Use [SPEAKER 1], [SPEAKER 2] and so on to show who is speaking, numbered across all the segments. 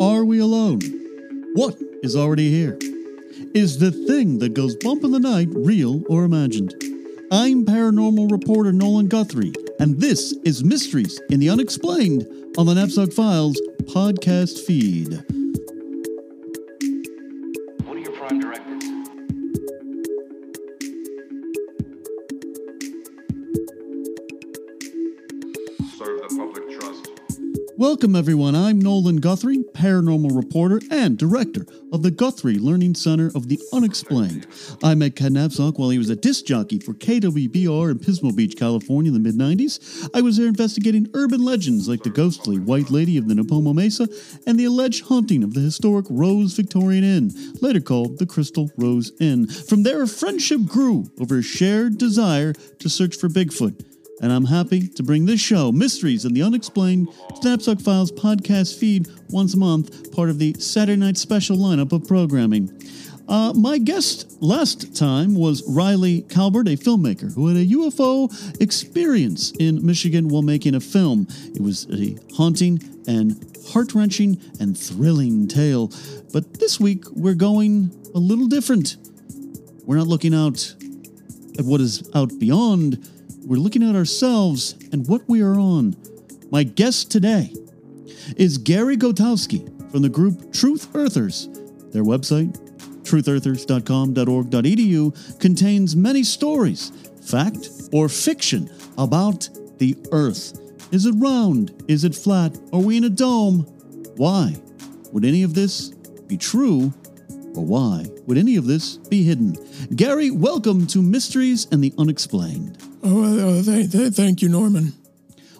[SPEAKER 1] Are we alone? What is already here? Is the thing that goes bump in the night real or imagined? I'm paranormal reporter Nolan Guthrie, and this is Mysteries in the Unexplained on the Knapsack Files podcast feed.
[SPEAKER 2] One of your prime directives. Serve the public trust.
[SPEAKER 1] Welcome, everyone. I'm Nolan Guthrie, paranormal reporter and director of the Guthrie Learning Center of the Unexplained. I met Ken Napsok while he was a disc jockey for KWBR in Pismo Beach, California in the mid 90s. I was there investigating urban legends like the ghostly White Lady of the Napomo Mesa and the alleged haunting of the historic Rose Victorian Inn, later called the Crystal Rose Inn. From there, a friendship grew over a shared desire to search for Bigfoot and I'm happy to bring this show, Mysteries and the Unexplained, Snapsuck Files podcast feed once a month, part of the Saturday night special lineup of programming. Uh, my guest last time was Riley Calbert, a filmmaker who had a UFO experience in Michigan while making a film. It was a haunting and heart wrenching and thrilling tale. But this week, we're going a little different. We're not looking out at what is out beyond, we're looking at ourselves and what we are on. My guest today is Gary Gotowski from the group Truth Earthers. Their website, truthearthers.com.org.edu, E contains many stories, fact or fiction, about the Earth. Is it round? Is it flat? Are we in a dome? Why would any of this be true? Or why would any of this be hidden? Gary, welcome to Mysteries and the Unexplained.
[SPEAKER 3] Oh, uh, thank, th- thank you, Norman.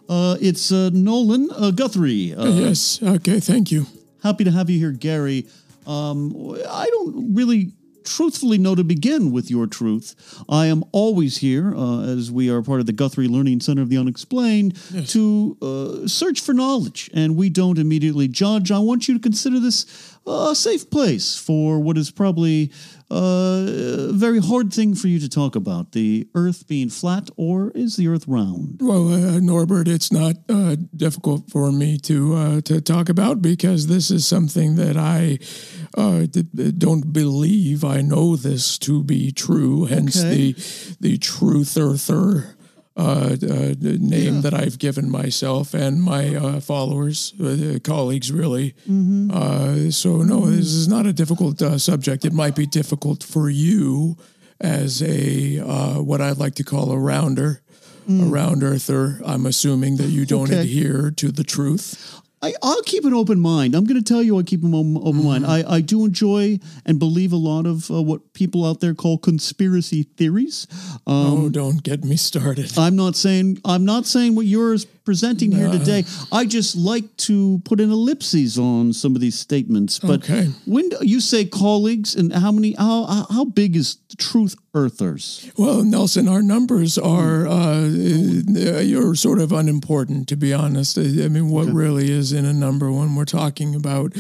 [SPEAKER 1] Uh, it's uh, Nolan uh, Guthrie. Uh,
[SPEAKER 3] yes. Okay. Thank you.
[SPEAKER 1] Happy to have you here, Gary. Um, I don't really truthfully know to begin with your truth. I am always here, uh, as we are part of the Guthrie Learning Center of the Unexplained, to uh, search for knowledge, and we don't immediately judge. I want you to consider this uh, a safe place for what is probably uh, a very hard thing for you to talk about the earth being flat, or is the earth round?
[SPEAKER 3] Well, uh, Norbert, it's not uh, difficult for me to uh, to talk about because this is something that I uh, d- d- don't believe. I know this to be true. Hence
[SPEAKER 1] Okay.
[SPEAKER 3] the the truth earther. Uh, d- uh, d- name that I've given myself and my uh, followers, uh, colleagues, really.
[SPEAKER 1] Mm-hmm.
[SPEAKER 3] Uh, so no, this is not a difficult uh, subject. It might be difficult for you as a uh, what I'd like to call a rounder, a round earther. I'm assuming that you don't
[SPEAKER 1] Mm. Okay.
[SPEAKER 3] adhere to the truth.
[SPEAKER 1] I, I'll keep an open mind. I'm going to tell you I keep an open, open mind. I, I do enjoy and believe a lot of uh, what people out there call conspiracy theories. Um,
[SPEAKER 3] oh, don't get me started.
[SPEAKER 1] I'm not saying I'm not saying what you're presenting here today. I just like to put an ellipses on some of these statements. But
[SPEAKER 3] Okay.
[SPEAKER 1] when do, you say colleagues and how many how how- how big is Truth Earthers?
[SPEAKER 3] Well, Nelson, our numbers are uh, uh, you're sort of unimportant, to be honest. I I mean, what really is in a number when we're talking about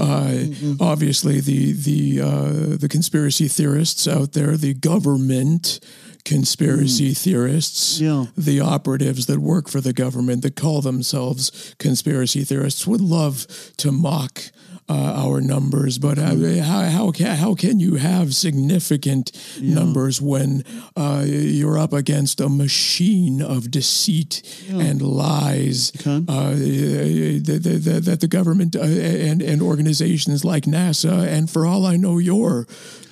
[SPEAKER 3] uh, obviously the the uh, the conspiracy theorists out there, the government conspiracy theorists,
[SPEAKER 1] Yeah.
[SPEAKER 3] the operatives that work for the government that call themselves conspiracy theorists would love to mock uh, our numbers, but uh, how how can, how can you have significant numbers when uh, you're up against a machine of deceit and lies uh, that, that- that, that the government uh, and and organizations like NASA and for all I know your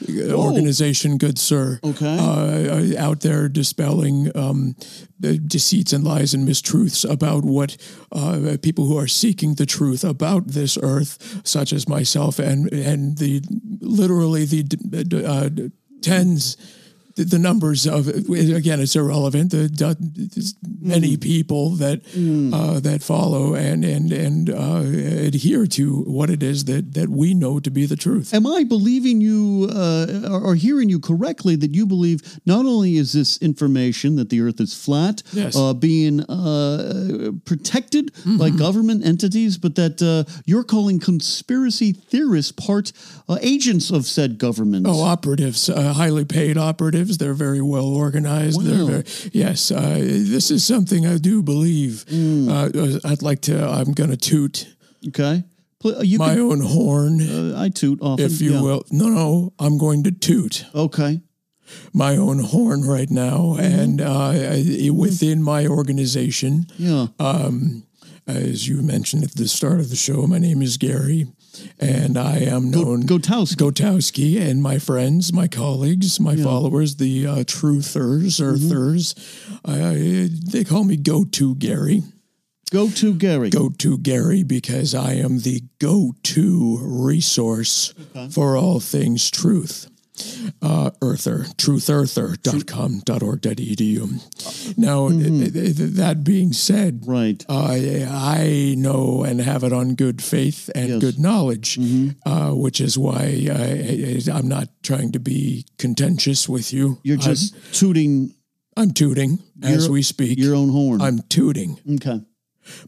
[SPEAKER 3] uh organization, good sir,
[SPEAKER 1] Okay.
[SPEAKER 3] uh, out there dispelling um, the deceits and lies and mistruths about what uh, people who are seeking the truth about this earth, such as myself and and the literally the d- d- uh, d- tens. the, the numbers of again, it's irrelevant. The, do- there's many people that uh, that follow and and and uh, adhere to what it is that that we know to be the truth.
[SPEAKER 1] Am I believing you uh, or, or hearing you correctly that you believe not only is this information that the Earth is flat
[SPEAKER 3] Yes. Mm-hmm.
[SPEAKER 1] uh, being uh, protected by government entities, but that uh, you're calling conspiracy theorists part uh, agents of said governments?
[SPEAKER 3] Oh, operatives, uh, highly paid operatives. They're very well organized. They're very, yes, uh, this is something I do believe.
[SPEAKER 1] Mm.
[SPEAKER 3] Uh, I'd like to. I'm going to toot
[SPEAKER 1] okay. Pl- uh, You
[SPEAKER 3] my
[SPEAKER 1] can,
[SPEAKER 3] own horn,
[SPEAKER 1] uh, I toot often.
[SPEAKER 3] if you
[SPEAKER 1] yeah.
[SPEAKER 3] will. No, no, I'm going to toot
[SPEAKER 1] Okay.
[SPEAKER 3] my own horn right now,
[SPEAKER 1] Mm-hmm.
[SPEAKER 3] and uh, I, within my organization.
[SPEAKER 1] Yeah.
[SPEAKER 3] as you mentioned at the start of the show, my name is Gary, and I am known
[SPEAKER 1] Gotowski.
[SPEAKER 3] Gotowski, and my friends, my colleagues, my followers, the uh, truthers, earthers, I- I- they call me Go To Gary.
[SPEAKER 1] Go to Gary.
[SPEAKER 3] Go To Gary because I am the go to resource for all things truth. Uh, earther, truthearther.com.org.edu. E Now, th- th- th- that being said,
[SPEAKER 1] Right.
[SPEAKER 3] I, I know and have it on good faith and good knowledge,
[SPEAKER 1] Mm-hmm.
[SPEAKER 3] uh, which is why I, I, I'm not trying to be contentious with you.
[SPEAKER 1] You're just tooting
[SPEAKER 3] I'm, I'm tooting as
[SPEAKER 1] You're-
[SPEAKER 3] we speak.
[SPEAKER 1] your own horn.
[SPEAKER 3] I'm tooting
[SPEAKER 1] okay.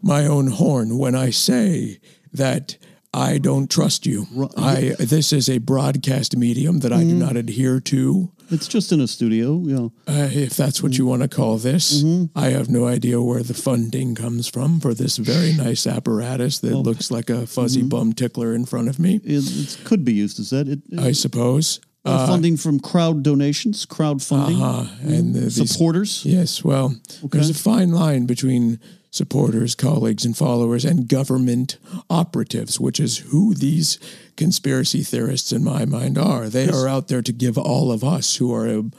[SPEAKER 3] my own horn when I say that I don't trust you. I this is a broadcast medium that
[SPEAKER 1] Mm.
[SPEAKER 3] I do not adhere to.
[SPEAKER 1] It's just in a studio. Yeah.
[SPEAKER 3] Uh, if that's what you want to call this, I have no idea where the funding comes from for this very nice apparatus that looks like a fuzzy bum tickler in front of me.
[SPEAKER 1] It, it could be used as that. It, it-
[SPEAKER 3] I suppose.
[SPEAKER 1] Uh, funding from crowd donations, crowdfunding,
[SPEAKER 3] Uh, and the, these
[SPEAKER 1] supporters.
[SPEAKER 3] Yes, well, there's a fine line between supporters, colleagues, and followers, and government operatives, which is who these conspiracy theorists, in my mind, are. They are out there to give all of us who are um,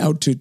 [SPEAKER 3] out to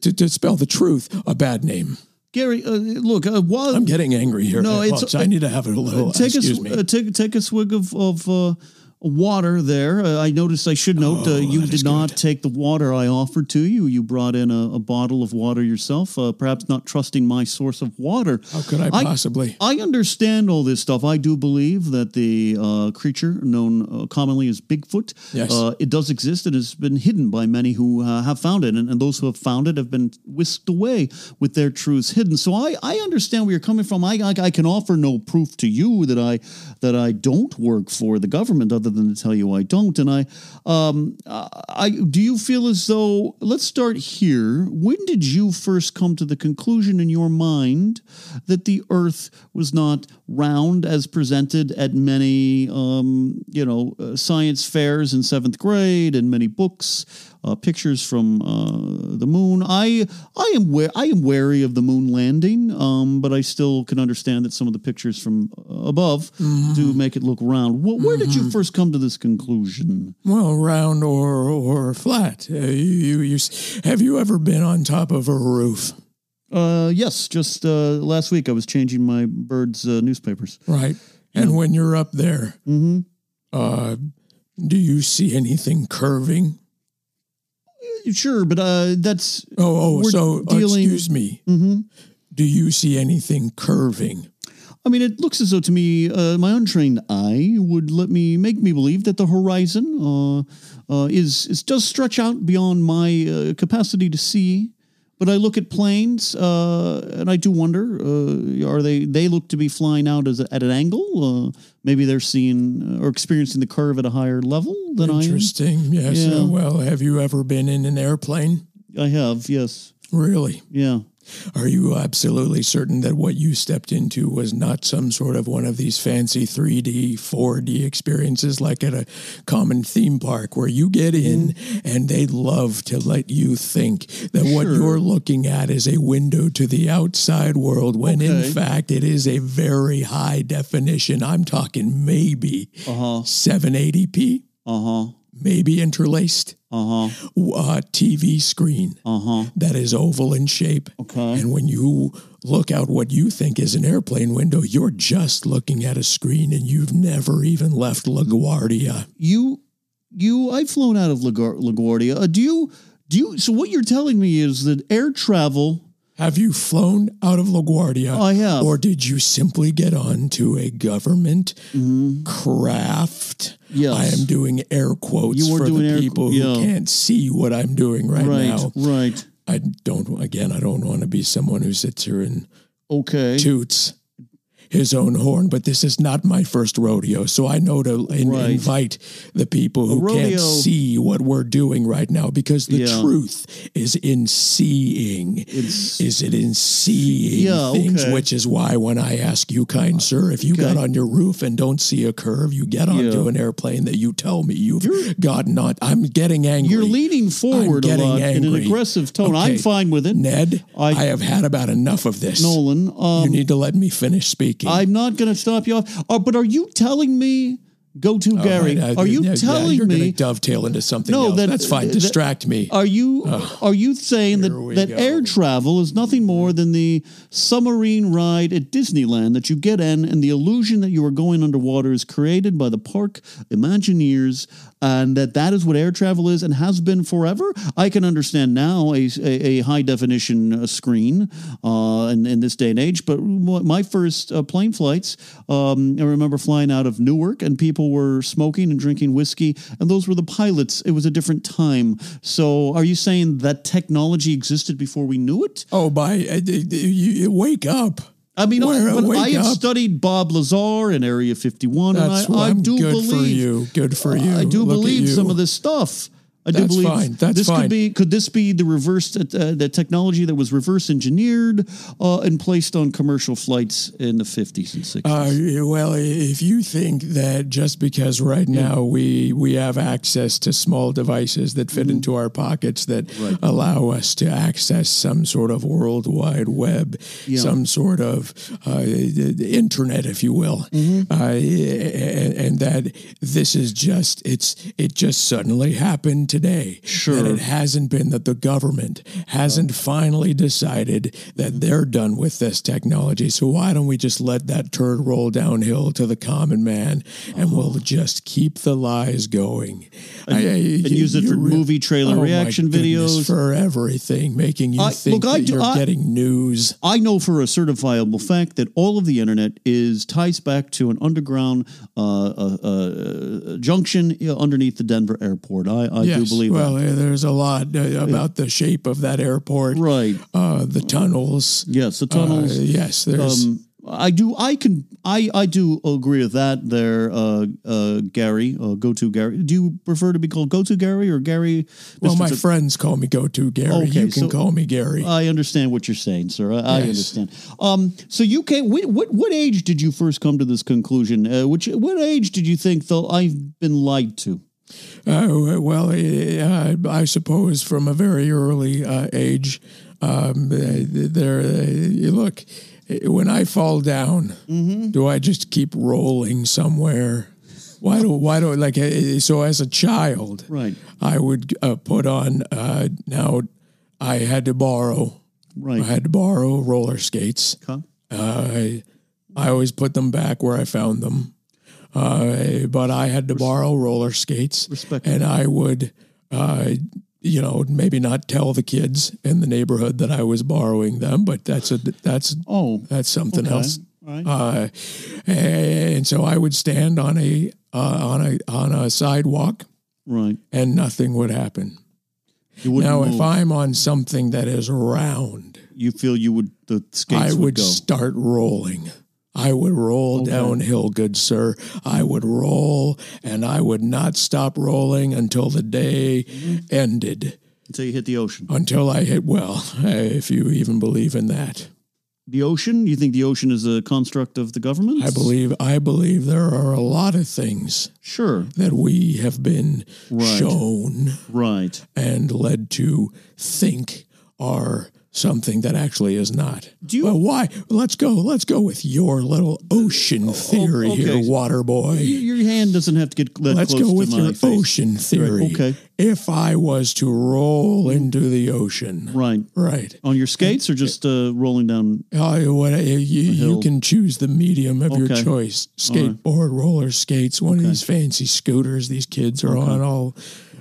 [SPEAKER 3] to dispel the truth a bad name.
[SPEAKER 1] Gary, uh, look, uh, while
[SPEAKER 3] I'm getting angry here.
[SPEAKER 1] No,
[SPEAKER 3] at
[SPEAKER 1] it's-
[SPEAKER 3] once. I need to have a little.
[SPEAKER 1] take
[SPEAKER 3] excuse
[SPEAKER 1] a,
[SPEAKER 3] me.
[SPEAKER 1] sw- uh, take take a swig of of uh, water. There, uh, I noticed. I should note
[SPEAKER 3] Oh,
[SPEAKER 1] uh, you did not take the water I offered to you. You brought in a, a bottle of water yourself. Uh, perhaps not trusting my source of water.
[SPEAKER 3] How could I possibly?
[SPEAKER 1] I understand all this stuff. I do believe that the uh, creature known uh, commonly as Bigfoot,
[SPEAKER 3] Yes.
[SPEAKER 1] uh, it does exist and has been hidden by many who uh, have found it, and, and those who have found it have been whisked away with their truths hidden. So I, I understand where you're coming from. I, I I can offer no proof to you that I that I don't work for the government, other than to tell you I don't. And I um I do you feel as though let's start here. When did you first come to the conclusion in your mind that the Earth was not round as presented at many um, you know uh, science fairs in seventh grade and many books, uh, pictures from uh, the moon? I I am wa- I am wary of the moon landing, um, but I still can understand that some of the pictures from uh, above do make it look round. Wh- where did you first come to this conclusion?
[SPEAKER 3] Well, round or or flat. Uh, you, you you s- have you ever been on top of a roof?
[SPEAKER 1] Uh, yes, just uh, last week I was changing my birds' uh, newspapers.
[SPEAKER 3] Right. And when you're up there,
[SPEAKER 1] Mm-hmm.
[SPEAKER 3] uh, do you see anything curving?
[SPEAKER 1] Sure, but uh, that's mm-hmm.
[SPEAKER 3] Oh, oh,
[SPEAKER 1] We're
[SPEAKER 3] so uh,
[SPEAKER 1] dealing-
[SPEAKER 3] excuse me. Do you see anything curving?
[SPEAKER 1] I mean, it looks as though to me, uh, my untrained eye would let me make me believe that the horizon uh, uh, is, is does stretch out beyond my uh, capacity to see. But I look at planes, uh, and I do wonder: uh, are they they look to be flying out as a, at an angle? Uh, maybe they're seeing uh, or experiencing the curve at a higher level than I am.
[SPEAKER 3] Interesting. Yes.
[SPEAKER 1] Yeah.
[SPEAKER 3] Uh, well, have you ever been in an airplane?
[SPEAKER 1] I have, yes,
[SPEAKER 3] Really?
[SPEAKER 1] yeah.
[SPEAKER 3] Are you absolutely certain that what you stepped into was not some sort of one of these fancy 3D, 4D experiences like at a common theme park where you get in and they love to let you think that what you're looking at is a window to the outside world when
[SPEAKER 1] Okay.
[SPEAKER 3] in fact it is a very high definition. I'm talking maybe
[SPEAKER 1] Uh-huh.
[SPEAKER 3] 780p,
[SPEAKER 1] Uh huh.
[SPEAKER 3] maybe interlaced
[SPEAKER 1] Uh huh.
[SPEAKER 3] uh, TV screen
[SPEAKER 1] Uh huh.
[SPEAKER 3] that is oval in shape.
[SPEAKER 1] Okay.
[SPEAKER 3] And when you look out what you think is an airplane window, you're just looking at a screen and you've never even left LaGuardia.
[SPEAKER 1] You, you. I've flown out of LaGuar- LaGuardia. Uh, do you? Do you? So what you're telling me is that air travel.
[SPEAKER 3] Have you flown out of LaGuardia?
[SPEAKER 1] Oh, I have.
[SPEAKER 3] Or did you simply get onto a government craft?
[SPEAKER 1] Mm-hmm. Yes.
[SPEAKER 3] I am doing air quotes
[SPEAKER 1] You are
[SPEAKER 3] for
[SPEAKER 1] doing air
[SPEAKER 3] the
[SPEAKER 1] qu-
[SPEAKER 3] people
[SPEAKER 1] yeah.
[SPEAKER 3] who can't see what I'm doing right,
[SPEAKER 1] Right.
[SPEAKER 3] now.
[SPEAKER 1] Right.
[SPEAKER 3] I don't, again, I don't want to be someone who sits here and
[SPEAKER 1] Okay.
[SPEAKER 3] toots his own horn, but this is not my first rodeo. So I know to in-
[SPEAKER 1] Right.
[SPEAKER 3] invite the people who
[SPEAKER 1] rodeo-
[SPEAKER 3] can't see what we're doing right now because the
[SPEAKER 1] Yeah.
[SPEAKER 3] truth is in seeing. is it in seeing
[SPEAKER 1] Yeah,
[SPEAKER 3] things?
[SPEAKER 1] okay.
[SPEAKER 3] Which is why when I ask you, kind sir, if you got
[SPEAKER 1] Okay.
[SPEAKER 3] on your roof and don't see a curve, you get onto
[SPEAKER 1] Yeah.
[SPEAKER 3] an airplane that you tell me you've gotten on. I'm getting angry.
[SPEAKER 1] You're leaning forward a
[SPEAKER 3] getting
[SPEAKER 1] lot in an
[SPEAKER 3] angry.
[SPEAKER 1] aggressive tone. I'm
[SPEAKER 3] Okay.
[SPEAKER 1] fine with it,
[SPEAKER 3] Ned,
[SPEAKER 1] I-
[SPEAKER 3] I, have had about enough of this.
[SPEAKER 1] Nolan.
[SPEAKER 3] you
[SPEAKER 1] Um,
[SPEAKER 3] need to let me finish speaking.
[SPEAKER 1] I'm not going to stop you off. Uh, but are you telling me, go to Gary?
[SPEAKER 3] All right, Oh, I-
[SPEAKER 1] are you
[SPEAKER 3] yeah, yeah,
[SPEAKER 1] telling
[SPEAKER 3] you're
[SPEAKER 1] me?
[SPEAKER 3] Gonna dovetail into something.
[SPEAKER 1] No,
[SPEAKER 3] else.
[SPEAKER 1] that- uh,
[SPEAKER 3] that's fine.
[SPEAKER 1] that-
[SPEAKER 3] Distract me.
[SPEAKER 1] Are you are you saying that,
[SPEAKER 3] we
[SPEAKER 1] that
[SPEAKER 3] go.
[SPEAKER 1] air travel is nothing more than the submarine ride at Disneyland that you get in, and the illusion that you are going underwater is created by the park Imagineers, and that that is what air travel is and has been forever? I can understand now a, a, a high definition uh, screen uh, in, in this day and age, but wh- my first uh, plane flights, um, I remember flying out of Newark, and people were smoking and drinking whiskey, and those were the pilots. It was a different time. So, are you saying that technology existed before we knew it?
[SPEAKER 3] oh, by uh, d- d- you, you wake up.
[SPEAKER 1] I mean,
[SPEAKER 3] Where-
[SPEAKER 1] I, but I
[SPEAKER 3] wake
[SPEAKER 1] have
[SPEAKER 3] up.
[SPEAKER 1] studied Bob Lazar and Area 51,
[SPEAKER 3] That's
[SPEAKER 1] and I,
[SPEAKER 3] what
[SPEAKER 1] I
[SPEAKER 3] I'm
[SPEAKER 1] do
[SPEAKER 3] good
[SPEAKER 1] believe
[SPEAKER 3] for you. Good for you.
[SPEAKER 1] I do
[SPEAKER 3] Look at
[SPEAKER 1] believe
[SPEAKER 3] you.
[SPEAKER 1] some of this stuff. I do
[SPEAKER 3] That's
[SPEAKER 1] believe
[SPEAKER 3] fine. That's
[SPEAKER 1] this could
[SPEAKER 3] fine.
[SPEAKER 1] be could this be the reverse uh, the technology that was reverse engineered uh, and placed on commercial flights in the 50s and 60s.
[SPEAKER 3] Uh, well, if you think that just because right now we we have access to small devices that fit into our pockets that allow us to access some sort of world wide web, some sort of uh, the- the internet, if you will, uh, and, and that this is just it's it just suddenly happened today. Sure, that it hasn't been that the government hasn't finally decided
[SPEAKER 1] Mm-hmm.
[SPEAKER 3] that they're done with this technology. So why don't we just let that turd roll downhill to the common man,
[SPEAKER 1] Uh-huh.
[SPEAKER 3] and we'll just keep the lies going and,
[SPEAKER 1] use it for movie trailer reaction videos.
[SPEAKER 3] oh for everything, making you
[SPEAKER 1] I-
[SPEAKER 3] think
[SPEAKER 1] look, I
[SPEAKER 3] that
[SPEAKER 1] do-
[SPEAKER 3] you're
[SPEAKER 1] I-
[SPEAKER 3] getting news.
[SPEAKER 1] I know for a certifiable fact that all of the internet is ties back to an underground uh, uh, uh, junction uh, underneath the Denver airport. I, I do
[SPEAKER 3] Yes.
[SPEAKER 1] believe
[SPEAKER 3] well,
[SPEAKER 1] that.
[SPEAKER 3] uh, there's a lot uh, about the shape of that airport,
[SPEAKER 1] Right.
[SPEAKER 3] Uh, the tunnels.
[SPEAKER 1] Yes, the
[SPEAKER 3] Uh,
[SPEAKER 1] tunnels.
[SPEAKER 3] yes, there's.
[SPEAKER 1] Um, I do. I can. I I do agree with that. There, uh, uh, Gary, uh, go to Gary. Do you prefer to be called go to Gary or Gary?
[SPEAKER 3] well,
[SPEAKER 1] Mr.
[SPEAKER 3] my
[SPEAKER 1] Sa-
[SPEAKER 3] friends call me go to Gary.
[SPEAKER 1] Okay,
[SPEAKER 3] you
[SPEAKER 1] so-
[SPEAKER 3] can
[SPEAKER 1] Uh,
[SPEAKER 3] call me Gary.
[SPEAKER 1] I understand what you're saying, sir. I, I
[SPEAKER 3] Yes.
[SPEAKER 1] understand. Um, so you came. What, what what age did you first come to this conclusion? Uh, which what age did you think though I've been lied to?
[SPEAKER 3] Uh, well, uh, I suppose from a very early uh, age, um, uh, there. Uh, you look, uh, when I fall down, do I just keep rolling somewhere? Why do Why do like uh, so? As a child,
[SPEAKER 1] Right.
[SPEAKER 3] I would uh, put on. Uh, now, I had to borrow. I
[SPEAKER 1] Right.
[SPEAKER 3] had to borrow roller skates.
[SPEAKER 1] Okay.
[SPEAKER 3] Uh, I, I always put them back where I found them. Uh, but I had to borrow roller skates,
[SPEAKER 1] Respectable.
[SPEAKER 3] and I would, uh, you know, maybe not tell the kids in the neighborhood that I was borrowing them. But that's a that's
[SPEAKER 1] Oh,
[SPEAKER 3] that's something
[SPEAKER 1] okay.
[SPEAKER 3] else.
[SPEAKER 1] All right.
[SPEAKER 3] Uh, and so I would stand on a uh, on a on a sidewalk,
[SPEAKER 1] right.
[SPEAKER 3] and nothing would happen.
[SPEAKER 1] You wouldn't
[SPEAKER 3] Now, if
[SPEAKER 1] move.
[SPEAKER 3] I'm on something that is round,
[SPEAKER 1] you feel you would the skates
[SPEAKER 3] I would
[SPEAKER 1] go.
[SPEAKER 3] start rolling. I would roll downhill, good sir. I would roll and I would not stop rolling until the day
[SPEAKER 1] Mm-hmm.
[SPEAKER 3] ended,
[SPEAKER 1] until you hit the ocean.
[SPEAKER 3] until I hit, well, if you even believe in that.
[SPEAKER 1] The ocean? You think the ocean is a construct of the government?
[SPEAKER 3] I believe I believe there are a lot of things
[SPEAKER 1] Sure.
[SPEAKER 3] that we have been
[SPEAKER 1] Right.
[SPEAKER 3] shown
[SPEAKER 1] Right.
[SPEAKER 3] and led to think are something that actually is not.
[SPEAKER 1] Do you-
[SPEAKER 3] well, why? Let's go. Let's go with your little ocean theory
[SPEAKER 1] Oh, okay.
[SPEAKER 3] here, water boy.
[SPEAKER 1] Your hand doesn't have to get that
[SPEAKER 3] Let's
[SPEAKER 1] close
[SPEAKER 3] go with
[SPEAKER 1] to my
[SPEAKER 3] your
[SPEAKER 1] face.
[SPEAKER 3] ocean theory.
[SPEAKER 1] okay.
[SPEAKER 3] If I was to roll into the ocean,
[SPEAKER 1] Right.
[SPEAKER 3] right?
[SPEAKER 1] On your skates or just uh, rolling down?
[SPEAKER 3] Uh, what, uh, you, you
[SPEAKER 1] hill.
[SPEAKER 3] can choose the medium of
[SPEAKER 1] Okay.
[SPEAKER 3] your choice: skateboard, roller skates, one of these fancy scooters these kids are on all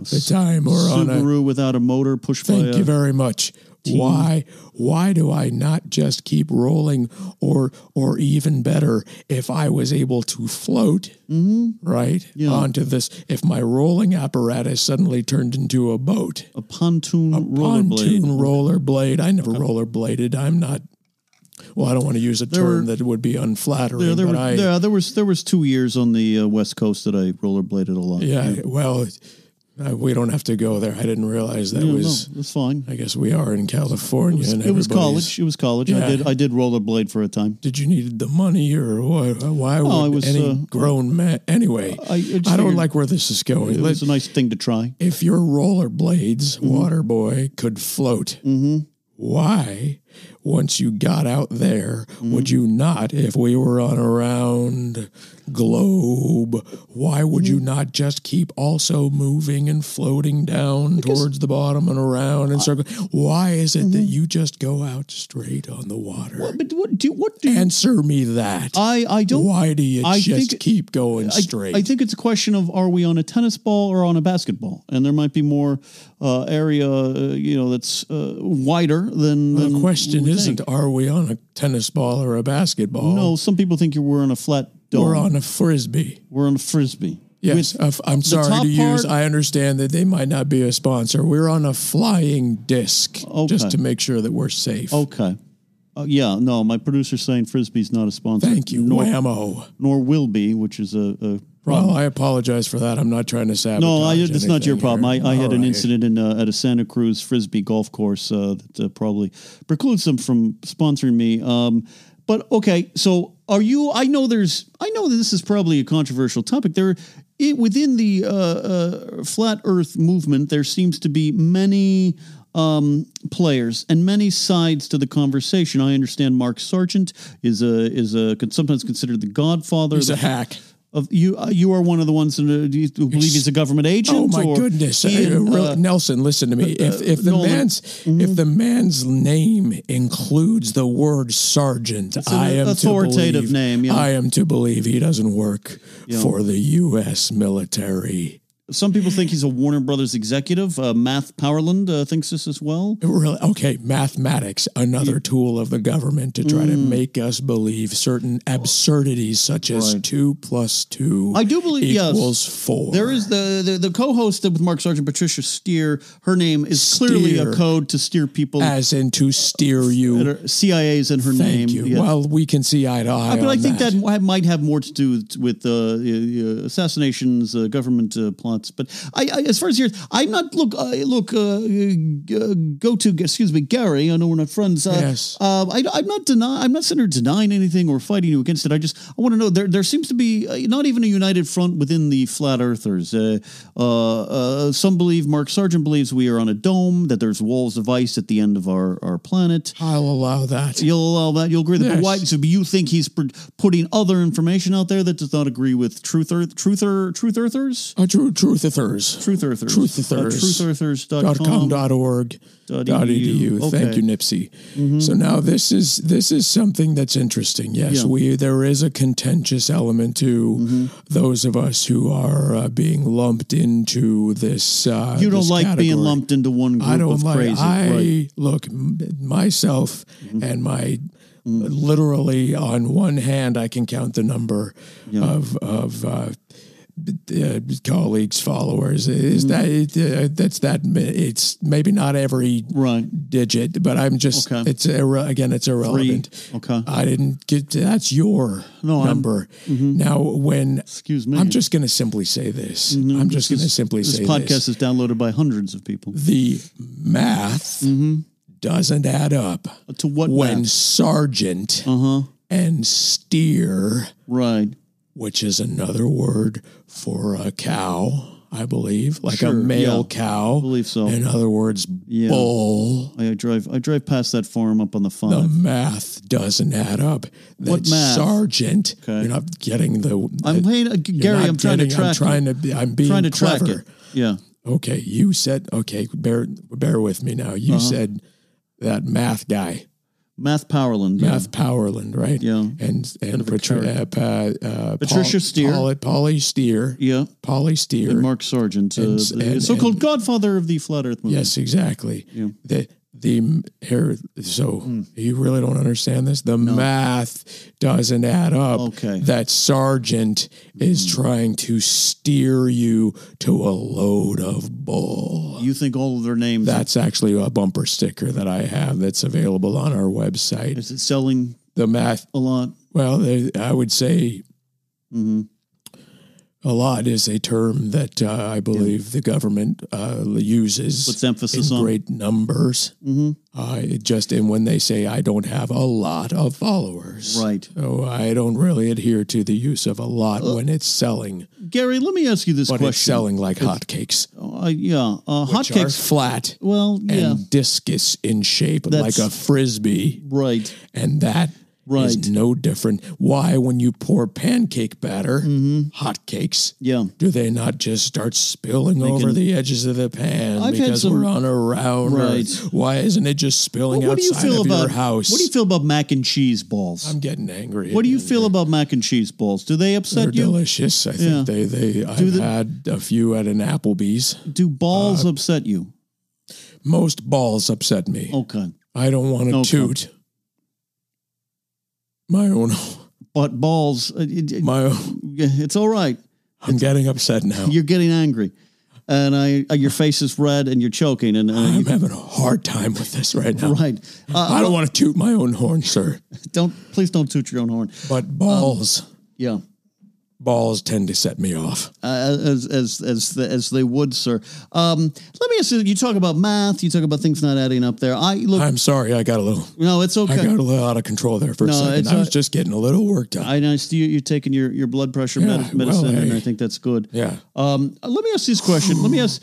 [SPEAKER 3] the time or on a
[SPEAKER 1] Subaru without a motor pushed by
[SPEAKER 3] Thank
[SPEAKER 1] a
[SPEAKER 3] you very much. Why why do I not just keep rolling or or even better if I was able to float
[SPEAKER 1] Mm-hmm.
[SPEAKER 3] right onto this if my rolling apparatus suddenly turned into a boat
[SPEAKER 1] a pontoon rollerblade.
[SPEAKER 3] pontoon rollerblade I never rollerbladed I'm not well I don't want to use a term that would be unflattering
[SPEAKER 1] There, there,
[SPEAKER 3] but
[SPEAKER 1] were,
[SPEAKER 3] I
[SPEAKER 1] there, there was there was two years on the uh, West Coast that I rollerbladed a lot.
[SPEAKER 3] yeah, well uh, we don't have to go there I didn't realize that
[SPEAKER 1] No,
[SPEAKER 3] was
[SPEAKER 1] no, that's fine.
[SPEAKER 3] I guess we are in California and
[SPEAKER 1] It was
[SPEAKER 3] everybody's-
[SPEAKER 1] college. It was college. I
[SPEAKER 3] Yeah.
[SPEAKER 1] did I did rollerblade for a time.
[SPEAKER 3] did you need the money or what? Why would
[SPEAKER 1] I was,
[SPEAKER 3] any
[SPEAKER 1] uh,
[SPEAKER 3] grown man? Anyway,
[SPEAKER 1] I- I
[SPEAKER 3] I,
[SPEAKER 1] just
[SPEAKER 3] don't
[SPEAKER 1] figured-
[SPEAKER 3] like where this is going.
[SPEAKER 1] It was Mm-hmm.
[SPEAKER 3] Let's,
[SPEAKER 1] a nice thing to try.
[SPEAKER 3] if your rollerblades, water boy, could float,
[SPEAKER 1] Mm-hmm.
[SPEAKER 3] why, once you got out there,
[SPEAKER 1] Mm-hmm.
[SPEAKER 3] would you not? If we were on a round globe, why would
[SPEAKER 1] Mm-hmm.
[SPEAKER 3] you not just keep also moving and floating down towards the bottom and around and circle? Why is it that you just go out straight on the water?
[SPEAKER 1] But what Mm-hmm. do what do
[SPEAKER 3] Answer me that.
[SPEAKER 1] I I don't
[SPEAKER 3] Why do you
[SPEAKER 1] I
[SPEAKER 3] just
[SPEAKER 1] think-
[SPEAKER 3] keep going
[SPEAKER 1] I-
[SPEAKER 3] straight?
[SPEAKER 1] I, think it's a question of are we on a tennis ball or on a basketball, and there might be more uh, area, uh, you know, that's uh, wider than.
[SPEAKER 3] the
[SPEAKER 1] than
[SPEAKER 3] question
[SPEAKER 1] we think.
[SPEAKER 3] isn't are we on a tennis ball or a basketball?
[SPEAKER 1] No, some people think you were on a flat dome.
[SPEAKER 3] we're on a frisbee.
[SPEAKER 1] We're on a frisbee.
[SPEAKER 3] Yes, i I'm sorry
[SPEAKER 1] top
[SPEAKER 3] to use.
[SPEAKER 1] part-
[SPEAKER 3] I understand that they might not be a sponsor. We're on a flying disc,
[SPEAKER 1] Okay.
[SPEAKER 3] just to make sure that we're safe.
[SPEAKER 1] Okay. Uh, yeah, no, my producer's saying frisbee's not a sponsor.
[SPEAKER 3] Thank you,
[SPEAKER 1] Nor,
[SPEAKER 3] whammo.
[SPEAKER 1] nor will be, which is a. a
[SPEAKER 3] Well, I apologize for that. I'm not trying to sabotage.
[SPEAKER 1] no, I, that's not your
[SPEAKER 3] anything
[SPEAKER 1] problem. I,
[SPEAKER 3] here.
[SPEAKER 1] I had
[SPEAKER 3] All
[SPEAKER 1] an
[SPEAKER 3] right.
[SPEAKER 1] incident in uh, at a Santa Cruz frisbee golf course uh, that uh, probably precludes them from sponsoring me. Um, but okay, so are you? I know there's. I know that this is probably a controversial topic. There, it, within the uh, uh, flat Earth movement, there seems to be many um, players and many sides to the conversation. I understand Mark Sargent is a is a sometimes considered the godfather.
[SPEAKER 3] He's a
[SPEAKER 1] of the-
[SPEAKER 3] hack.
[SPEAKER 1] of you uh, you are one of the ones that, uh, do you believe he's a government agent
[SPEAKER 3] Oh my
[SPEAKER 1] or
[SPEAKER 3] goodness,
[SPEAKER 1] he,
[SPEAKER 3] Uh,
[SPEAKER 1] uh,
[SPEAKER 3] real-
[SPEAKER 1] Mm-hmm.
[SPEAKER 3] Nelson! Listen to me. If if the
[SPEAKER 1] Nolan-
[SPEAKER 3] man's if the man's name includes the word sergeant,
[SPEAKER 1] an
[SPEAKER 3] I am
[SPEAKER 1] authoritative
[SPEAKER 3] to believe,
[SPEAKER 1] name, yeah.
[SPEAKER 3] I am to believe he doesn't work for the U.S. military.
[SPEAKER 1] some people think he's a warner brothers executive uh, math powerland uh, thinks this as well
[SPEAKER 3] It Really? Okay, mathematics, another tool of the government to try to
[SPEAKER 1] Mm.
[SPEAKER 3] make us believe certain absurdities, such as two plus two.
[SPEAKER 1] I do believe- yes.
[SPEAKER 3] equals four.
[SPEAKER 1] there is the, the the co-host with mark sargent patricia steer her name is clearly a
[SPEAKER 3] Steer.
[SPEAKER 1] code to steer people
[SPEAKER 3] as in to steer you.
[SPEAKER 1] that are, cia's in her name
[SPEAKER 3] Thank you.
[SPEAKER 1] yeah.
[SPEAKER 3] Well, we can see eye to eye.
[SPEAKER 1] but I
[SPEAKER 3] on
[SPEAKER 1] think that. might have more to do with uh, uh, assassinations, uh, government uh, plots. But I, I, as far as yours, I'm not look uh, look uh, uh, go to excuse me, Gary. I know we're not friends. Uh,
[SPEAKER 3] Yes.
[SPEAKER 1] uh, I, am not deny. I'm not sitting here denying anything or fighting you against it. I just I want to know there there seems to be uh, not even a united front within the flat earthers. Uh, uh, uh, some believe Mark Sargent believes we are on a dome that there's walls of ice at the end of our our planet.
[SPEAKER 3] I'll allow that.
[SPEAKER 1] You'll allow that. You'll agree that. But
[SPEAKER 3] Yes.
[SPEAKER 1] why? So you think he's pr- putting other information out there that does not agree with truth earth, truther, truth earthers,
[SPEAKER 3] A true truth of hers.
[SPEAKER 1] truth earthers,
[SPEAKER 3] Truth-earthers.
[SPEAKER 1] uh, truthearthers
[SPEAKER 3] Dot com,
[SPEAKER 1] dot com.
[SPEAKER 3] dot org,
[SPEAKER 1] Dot
[SPEAKER 3] dot
[SPEAKER 1] edu.
[SPEAKER 3] edu. Thank
[SPEAKER 1] Okay. Mm-hmm.
[SPEAKER 3] you, Nipsey. So now this is this is something that's interesting. Yes,
[SPEAKER 1] Yeah. Mm-hmm.
[SPEAKER 3] we there is a contentious element to those of us who are uh, being lumped into this. Uh,
[SPEAKER 1] You don't
[SPEAKER 3] this
[SPEAKER 1] like being
[SPEAKER 3] category.
[SPEAKER 1] lumped into one group
[SPEAKER 3] I don't
[SPEAKER 1] of
[SPEAKER 3] like.
[SPEAKER 1] crazy.
[SPEAKER 3] I
[SPEAKER 1] right. Mm-hmm.
[SPEAKER 3] look m- myself and my literally on one hand I can count the number of of uh, b- uh, colleagues, followers.
[SPEAKER 1] Mm-hmm.
[SPEAKER 3] Is that it, uh, that's that? m- It's maybe not every
[SPEAKER 1] Right.
[SPEAKER 3] digit, but I'm just.
[SPEAKER 1] Okay.
[SPEAKER 3] It's irre- again, it's irrelevant.
[SPEAKER 1] Okay.
[SPEAKER 3] I didn't get that's your
[SPEAKER 1] No, I'm- Mm-hmm.
[SPEAKER 3] number. Now when.
[SPEAKER 1] Excuse me.
[SPEAKER 3] I'm just going to simply say this. I'm just going to simply
[SPEAKER 1] Mm-hmm. This
[SPEAKER 3] say
[SPEAKER 1] podcast is downloaded by hundreds of people.
[SPEAKER 3] the math doesn't add up
[SPEAKER 1] Uh, To what
[SPEAKER 3] when
[SPEAKER 1] math?
[SPEAKER 3] sergeant and steer,
[SPEAKER 1] Right.
[SPEAKER 3] which is another word for a cow, I believe, like
[SPEAKER 1] Sure,
[SPEAKER 3] a male
[SPEAKER 1] yeah.
[SPEAKER 3] cow.
[SPEAKER 1] Believe so.
[SPEAKER 3] In other words, bull.
[SPEAKER 1] I drive. I drive past that farm up on the five.
[SPEAKER 3] The math doesn't add up. That
[SPEAKER 1] What math?
[SPEAKER 3] sergeant,
[SPEAKER 1] Okay.
[SPEAKER 3] you're not getting the.
[SPEAKER 1] I'm playing uh, G-
[SPEAKER 3] you're
[SPEAKER 1] Gary.
[SPEAKER 3] not
[SPEAKER 1] I'm trying to
[SPEAKER 3] getting-
[SPEAKER 1] track.
[SPEAKER 3] I'm trying to. Be, I'm being
[SPEAKER 1] trying to track
[SPEAKER 3] clever.
[SPEAKER 1] it. Yeah.
[SPEAKER 3] Okay,
[SPEAKER 1] Uh-huh.
[SPEAKER 3] you said okay. Bear bear with me now. You said that math guy.
[SPEAKER 1] Math Powerland. yeah.
[SPEAKER 3] Beth Powerland, right?
[SPEAKER 1] Yeah.
[SPEAKER 3] And and Patri- uh, pa- uh,
[SPEAKER 1] Patricia
[SPEAKER 3] Paul-
[SPEAKER 1] Steer.
[SPEAKER 3] Paul- Polly Steer.
[SPEAKER 1] Yeah.
[SPEAKER 3] Polly Steer.
[SPEAKER 1] And Mark Sargent, uh,
[SPEAKER 3] And-
[SPEAKER 1] the
[SPEAKER 3] and-
[SPEAKER 1] so-called
[SPEAKER 3] and-
[SPEAKER 1] godfather of the flat Earth movement.
[SPEAKER 3] Yes, exactly. The the her, so
[SPEAKER 1] Hmm.
[SPEAKER 3] you really don't understand this. The math doesn't add up.
[SPEAKER 1] Okay. Hmm.
[SPEAKER 3] that sergeant is trying to steer you to a load of bull.
[SPEAKER 1] You think all of their names?
[SPEAKER 3] That's actually a bumper sticker that I have that's available on our website.
[SPEAKER 1] is it selling
[SPEAKER 3] The math,
[SPEAKER 1] a lot?
[SPEAKER 3] well, they- I would say
[SPEAKER 1] hmm
[SPEAKER 3] a lot is a term that uh, I believe the government uh, uses
[SPEAKER 1] Puts emphasis
[SPEAKER 3] in
[SPEAKER 1] on.
[SPEAKER 3] great numbers.
[SPEAKER 1] hmm
[SPEAKER 3] Uh, it just and when they say I don't have a lot of followers,
[SPEAKER 1] Right.
[SPEAKER 3] So I don't really adhere to the use of a lot when it's selling,
[SPEAKER 1] Gary, let me ask you this
[SPEAKER 3] but it's
[SPEAKER 1] question.
[SPEAKER 3] selling like hotcakes,
[SPEAKER 1] Uh, yeah, uh,
[SPEAKER 3] which are
[SPEAKER 1] hotcakes.
[SPEAKER 3] flat
[SPEAKER 1] Well, yeah,
[SPEAKER 3] and discus in shape,
[SPEAKER 1] That's-
[SPEAKER 3] like a frisbee,
[SPEAKER 1] right.
[SPEAKER 3] and that is
[SPEAKER 1] Right.
[SPEAKER 3] no different. Why, when you pour pancake batter,
[SPEAKER 1] Mm-hmm.
[SPEAKER 3] hotcakes,
[SPEAKER 1] Yeah,
[SPEAKER 3] do they not just start spilling over
[SPEAKER 1] can-
[SPEAKER 3] the edges of the pan
[SPEAKER 1] I've had
[SPEAKER 3] because
[SPEAKER 1] some-
[SPEAKER 3] we're on a round earth? Why isn't it just spilling
[SPEAKER 1] Well, what do you
[SPEAKER 3] outside
[SPEAKER 1] feel
[SPEAKER 3] of
[SPEAKER 1] about
[SPEAKER 3] your house?
[SPEAKER 1] What do you feel about mac and cheese balls?
[SPEAKER 3] I'm getting angry.
[SPEAKER 1] what do you
[SPEAKER 3] again.
[SPEAKER 1] feel about mac and cheese balls? Do they
[SPEAKER 3] They're
[SPEAKER 1] upset you?
[SPEAKER 3] delicious. I think
[SPEAKER 1] Yeah.
[SPEAKER 3] they they. I've
[SPEAKER 1] the-
[SPEAKER 3] had a few at an Applebee's.
[SPEAKER 1] Do
[SPEAKER 3] Uh,
[SPEAKER 1] balls upset you?
[SPEAKER 3] Most balls upset me.
[SPEAKER 1] Okay,
[SPEAKER 3] I don't want to
[SPEAKER 1] Oh. Okay.
[SPEAKER 3] toot my own.
[SPEAKER 1] but balls. uh, It, it-
[SPEAKER 3] My own.
[SPEAKER 1] it's all right.
[SPEAKER 3] I'm getting upset now.
[SPEAKER 1] You're getting angry, and I uh, your face is red and you're choking and. Uh,
[SPEAKER 3] I'm
[SPEAKER 1] you-
[SPEAKER 3] having a hard time with this right now.
[SPEAKER 1] Right. Uh,
[SPEAKER 3] I don't want to toot my own horn, sir.
[SPEAKER 1] Don't please don't toot your own horn.
[SPEAKER 3] But balls,
[SPEAKER 1] Yeah,
[SPEAKER 3] balls tend to set me off.
[SPEAKER 1] uh, as as as the, as they would, sir. Um, let me ask you. You talk about math. You talk about things not adding up there. I look.
[SPEAKER 3] I'm sorry. I got a little.
[SPEAKER 1] no, it's
[SPEAKER 3] I
[SPEAKER 1] okay.
[SPEAKER 3] got a little out of control there for
[SPEAKER 1] No,
[SPEAKER 3] a second.
[SPEAKER 1] it's
[SPEAKER 3] I was
[SPEAKER 1] not-
[SPEAKER 3] just getting a little worked up.
[SPEAKER 1] I know Stu, you're taking your, your blood pressure
[SPEAKER 3] Yeah,
[SPEAKER 1] med-
[SPEAKER 3] well,
[SPEAKER 1] medicine, and
[SPEAKER 3] hey.
[SPEAKER 1] I think that's good.
[SPEAKER 3] yeah.
[SPEAKER 1] Um, uh, let me ask you this question. Let me ask.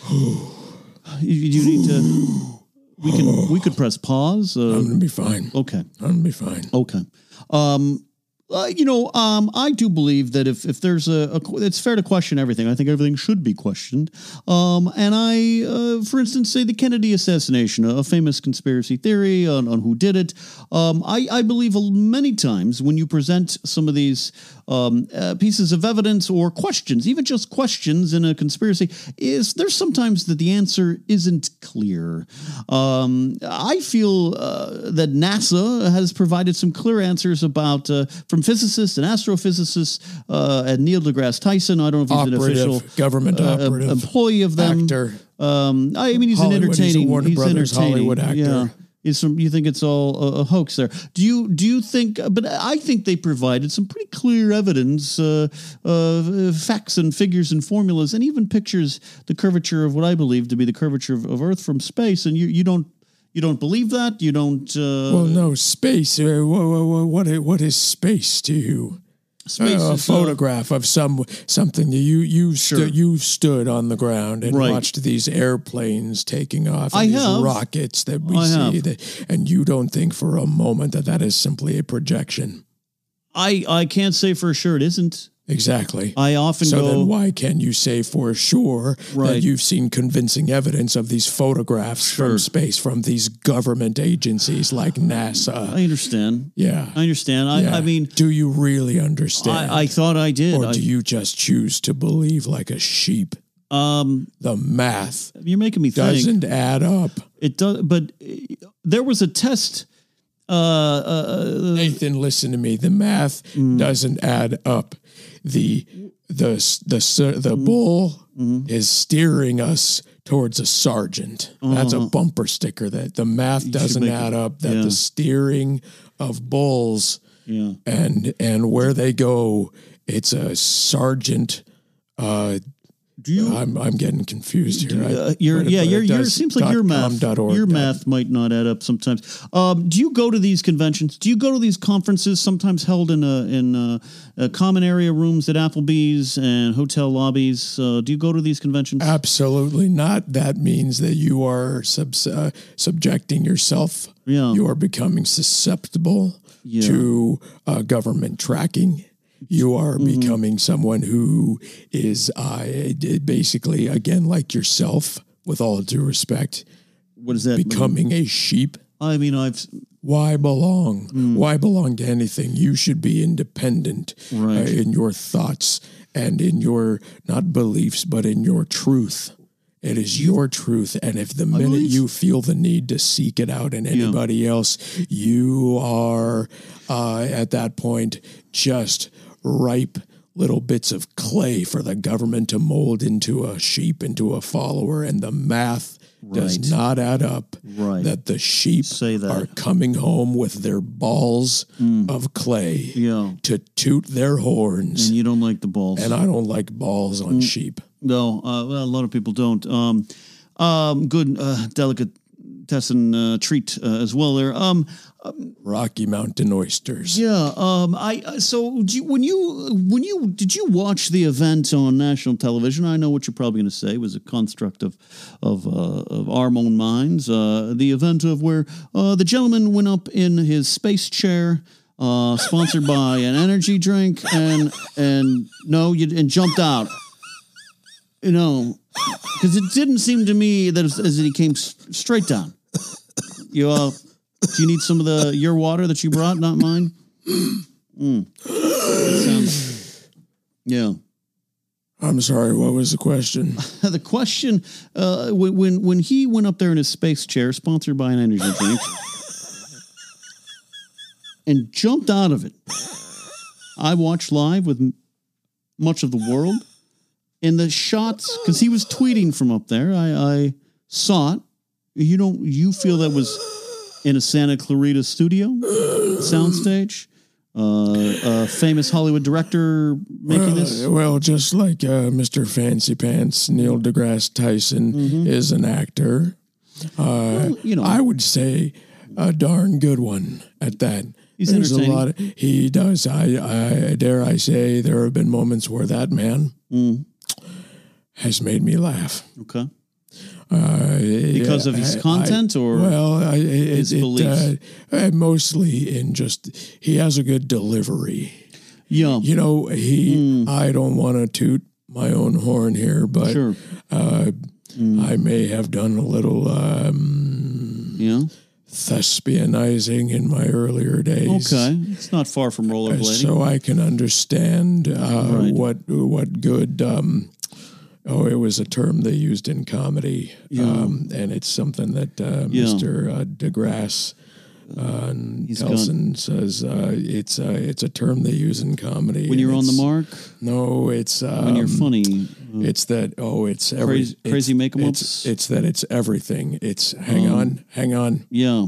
[SPEAKER 1] You, you need to. We can we could press pause.
[SPEAKER 3] I'm
[SPEAKER 1] Uh,
[SPEAKER 3] gonna be fine.
[SPEAKER 1] okay.
[SPEAKER 3] I'm gonna be fine.
[SPEAKER 1] Okay. Um, uh, you know, um, I do believe that if, if there's a, a, qu- it's fair to question everything. I think everything should be questioned. Um, and I, uh, for instance, say the Kennedy assassination, a, a famous conspiracy theory on, on who did it. Um, I, I believe a- many times when you present some of these um, uh, pieces of evidence or questions, even just questions in a conspiracy, is there's sometimes that the answer isn't clear. Um, I feel uh, that NASA has provided some clear answers about uh, from physicists and astrophysicists uh, and Neil deGrasse Tyson. I don't know if he's an official
[SPEAKER 3] Operative, government
[SPEAKER 1] uh,
[SPEAKER 3] operative,
[SPEAKER 1] employee of them.
[SPEAKER 3] actor.
[SPEAKER 1] Um, I mean, he's an
[SPEAKER 3] Hollywood. He's a
[SPEAKER 1] entertaining.
[SPEAKER 3] Warner Brothers
[SPEAKER 1] entertaining.
[SPEAKER 3] Hollywood actor.
[SPEAKER 1] Yeah. Is from you think it's all a, a hoax there? Do you do you think? But I think they provided some pretty clear evidence, uh, uh, facts and figures and formulas, and even pictures the curvature of what I believe to be the curvature of, of Earth from space. And you you don't you don't believe that you don't. Uh,
[SPEAKER 3] Well, no space. Uh, wha- wha- wha- what, i- what is space to you?
[SPEAKER 1] space
[SPEAKER 3] Uh, a
[SPEAKER 1] is, uh,
[SPEAKER 3] photograph of some something that you you stu- you stood on the ground and
[SPEAKER 1] Right.
[SPEAKER 3] watched these airplanes taking off. And
[SPEAKER 1] I
[SPEAKER 3] these
[SPEAKER 1] have.
[SPEAKER 3] rockets that we
[SPEAKER 1] I
[SPEAKER 3] see,
[SPEAKER 1] have.
[SPEAKER 3] That, and you don't think for a moment that that is simply a projection.
[SPEAKER 1] I I can't say for sure it isn't.
[SPEAKER 3] Exactly.
[SPEAKER 1] I often
[SPEAKER 3] so
[SPEAKER 1] go.
[SPEAKER 3] then, why can you say for sure
[SPEAKER 1] Right.
[SPEAKER 3] that you've seen convincing evidence of these photographs
[SPEAKER 1] Sure.
[SPEAKER 3] from space from these government agencies like NASA?
[SPEAKER 1] I understand.
[SPEAKER 3] yeah.
[SPEAKER 1] I understand. I,
[SPEAKER 3] Yeah.
[SPEAKER 1] I mean,
[SPEAKER 3] do you really understand?
[SPEAKER 1] I, I thought I did.
[SPEAKER 3] or
[SPEAKER 1] I-
[SPEAKER 3] do you just choose to believe like a sheep?
[SPEAKER 1] um,
[SPEAKER 3] The math
[SPEAKER 1] You're making me think.
[SPEAKER 3] doesn't add up.
[SPEAKER 1] It does, but uh, there was a test. Uh, uh, uh,
[SPEAKER 3] Nathan, listen to me. The math
[SPEAKER 1] Mm.
[SPEAKER 3] doesn't add up. The the s- the s- the
[SPEAKER 1] Mm.
[SPEAKER 3] bull
[SPEAKER 1] Mm-hmm.
[SPEAKER 3] is steering us towards a sergeant. That's a bumper sticker. That the math doesn't
[SPEAKER 1] Uh-huh. make
[SPEAKER 3] add up. That
[SPEAKER 1] yeah.
[SPEAKER 3] the steering of bulls
[SPEAKER 1] yeah,
[SPEAKER 3] and and where they go, it's a sergeant. Uh,
[SPEAKER 1] do you?
[SPEAKER 3] I'm I'm getting confused here. I-
[SPEAKER 1] Uh, your
[SPEAKER 3] but-
[SPEAKER 1] yeah,
[SPEAKER 3] but
[SPEAKER 1] your
[SPEAKER 3] it
[SPEAKER 1] your
[SPEAKER 3] does
[SPEAKER 1] seems like your
[SPEAKER 3] dot com
[SPEAKER 1] math
[SPEAKER 3] dot org
[SPEAKER 1] your
[SPEAKER 3] dot-
[SPEAKER 1] math might not add up sometimes. Um, do you go to these conventions? Do you go to these conferences sometimes held in uh in uh uh common area rooms at Applebee's and hotel lobbies? Uh, do you go to these conventions?
[SPEAKER 3] Absolutely not. That means that you are subs- uh, subjecting yourself.
[SPEAKER 1] Yeah.
[SPEAKER 3] You are becoming susceptible
[SPEAKER 1] Yeah.
[SPEAKER 3] to uh, government tracking. You are becoming someone who is uh, d- basically, again, like yourself, with all due respect,
[SPEAKER 1] what does that mean?
[SPEAKER 3] becoming a sheep.
[SPEAKER 1] I mean, I've
[SPEAKER 3] why belong?
[SPEAKER 1] Mm.
[SPEAKER 3] Why belong to anything? You should be independent
[SPEAKER 1] Right.
[SPEAKER 3] uh, in your thoughts and in your not beliefs, but in your truth. It is your truth, and if the minute
[SPEAKER 1] believe-
[SPEAKER 3] you feel the need to seek it out in anybody else, you are uh, at that point just ripe little bits of clay for the government to mold into a sheep, into a follower, and the math
[SPEAKER 1] Right.
[SPEAKER 3] does not add up
[SPEAKER 1] Right.
[SPEAKER 3] that the sheep
[SPEAKER 1] Say that.
[SPEAKER 3] are coming home with their balls of clay
[SPEAKER 1] Mm. Yeah. Mm.
[SPEAKER 3] to toot their horns.
[SPEAKER 1] And you don't like the balls.
[SPEAKER 3] And I don't like balls
[SPEAKER 1] Mm.
[SPEAKER 3] on sheep.
[SPEAKER 1] No, uh, well, a lot of people don't. Um, um, good uh, delicatessen uh, treat uh, as well there. Um,
[SPEAKER 3] Rocky Mountain oysters.
[SPEAKER 1] yeah. Um, I uh, so do you, when you when you did you watch the event on national television? I know what you're probably going to say was a construct of of, uh, of our own minds. Uh, the event of where uh, the gentleman went up in his space chair. Uh, sponsored by an energy drink and and no you and jumped out you know, because it didn't seem to me that as, as he came s- straight down. You uh, do you need some of the your water that you brought, not mine? Mm. That sounds- yeah.
[SPEAKER 3] I'm sorry, what was the question?
[SPEAKER 1] The question uh, when when when he went up there in his space chair, sponsored by an energy drink, and jumped out of it. I watched live with m- much of the world, and the shots because he was tweeting from up there. I, I saw it. You don't. You feel that was in a Santa Clarita studio, soundstage. Uh, a famous Hollywood director making this.
[SPEAKER 3] Uh, well, just like uh, Mr. Fancy Pants, Neil deGrasse Tyson
[SPEAKER 1] Mm-hmm.
[SPEAKER 3] is an actor.
[SPEAKER 1] Well, you know,
[SPEAKER 3] I would say a darn good one at that.
[SPEAKER 1] He's
[SPEAKER 3] There's a
[SPEAKER 1] entertaining.
[SPEAKER 3] lot. Of, he does. I, I dare I say there have been moments where that man
[SPEAKER 1] Mm.
[SPEAKER 3] has made me laugh.
[SPEAKER 1] okay.
[SPEAKER 3] Uh,
[SPEAKER 1] Because of his
[SPEAKER 3] I- I-
[SPEAKER 1] content or
[SPEAKER 3] well, I, it,
[SPEAKER 1] his
[SPEAKER 3] it,
[SPEAKER 1] beliefs?
[SPEAKER 3] uh, uh, mostly in just he has a good delivery.
[SPEAKER 1] Yeah.
[SPEAKER 3] You know, he. I don't want to toot my own horn here, but
[SPEAKER 1] Hmm. Sure. Hmm.
[SPEAKER 3] uh, I may have done a little. Um,
[SPEAKER 1] Yeah.
[SPEAKER 3] thespianizing in my earlier days.
[SPEAKER 1] Okay. It's not far from rollerblading.
[SPEAKER 3] So I can understand uh,
[SPEAKER 1] Right.
[SPEAKER 3] what what good. Um, oh, it was a term they used in comedy, um, and it's something that uh,
[SPEAKER 1] Yeah.
[SPEAKER 3] Mr. Uh, DeGrasse. Um,
[SPEAKER 1] He's
[SPEAKER 3] Telson says uh, it's a it's a term they use in comedy.
[SPEAKER 1] when
[SPEAKER 3] and
[SPEAKER 1] you're on the
[SPEAKER 3] it's-
[SPEAKER 1] mark,
[SPEAKER 3] No, it's um,
[SPEAKER 1] when you're funny, uh,
[SPEAKER 3] it's that. Oh, it's every,
[SPEAKER 1] Crazy-
[SPEAKER 3] it's-
[SPEAKER 1] crazy make-em-ups?
[SPEAKER 3] It's, it's that. It's everything. It's hang
[SPEAKER 1] Oh.
[SPEAKER 3] on, hang on.
[SPEAKER 1] yeah.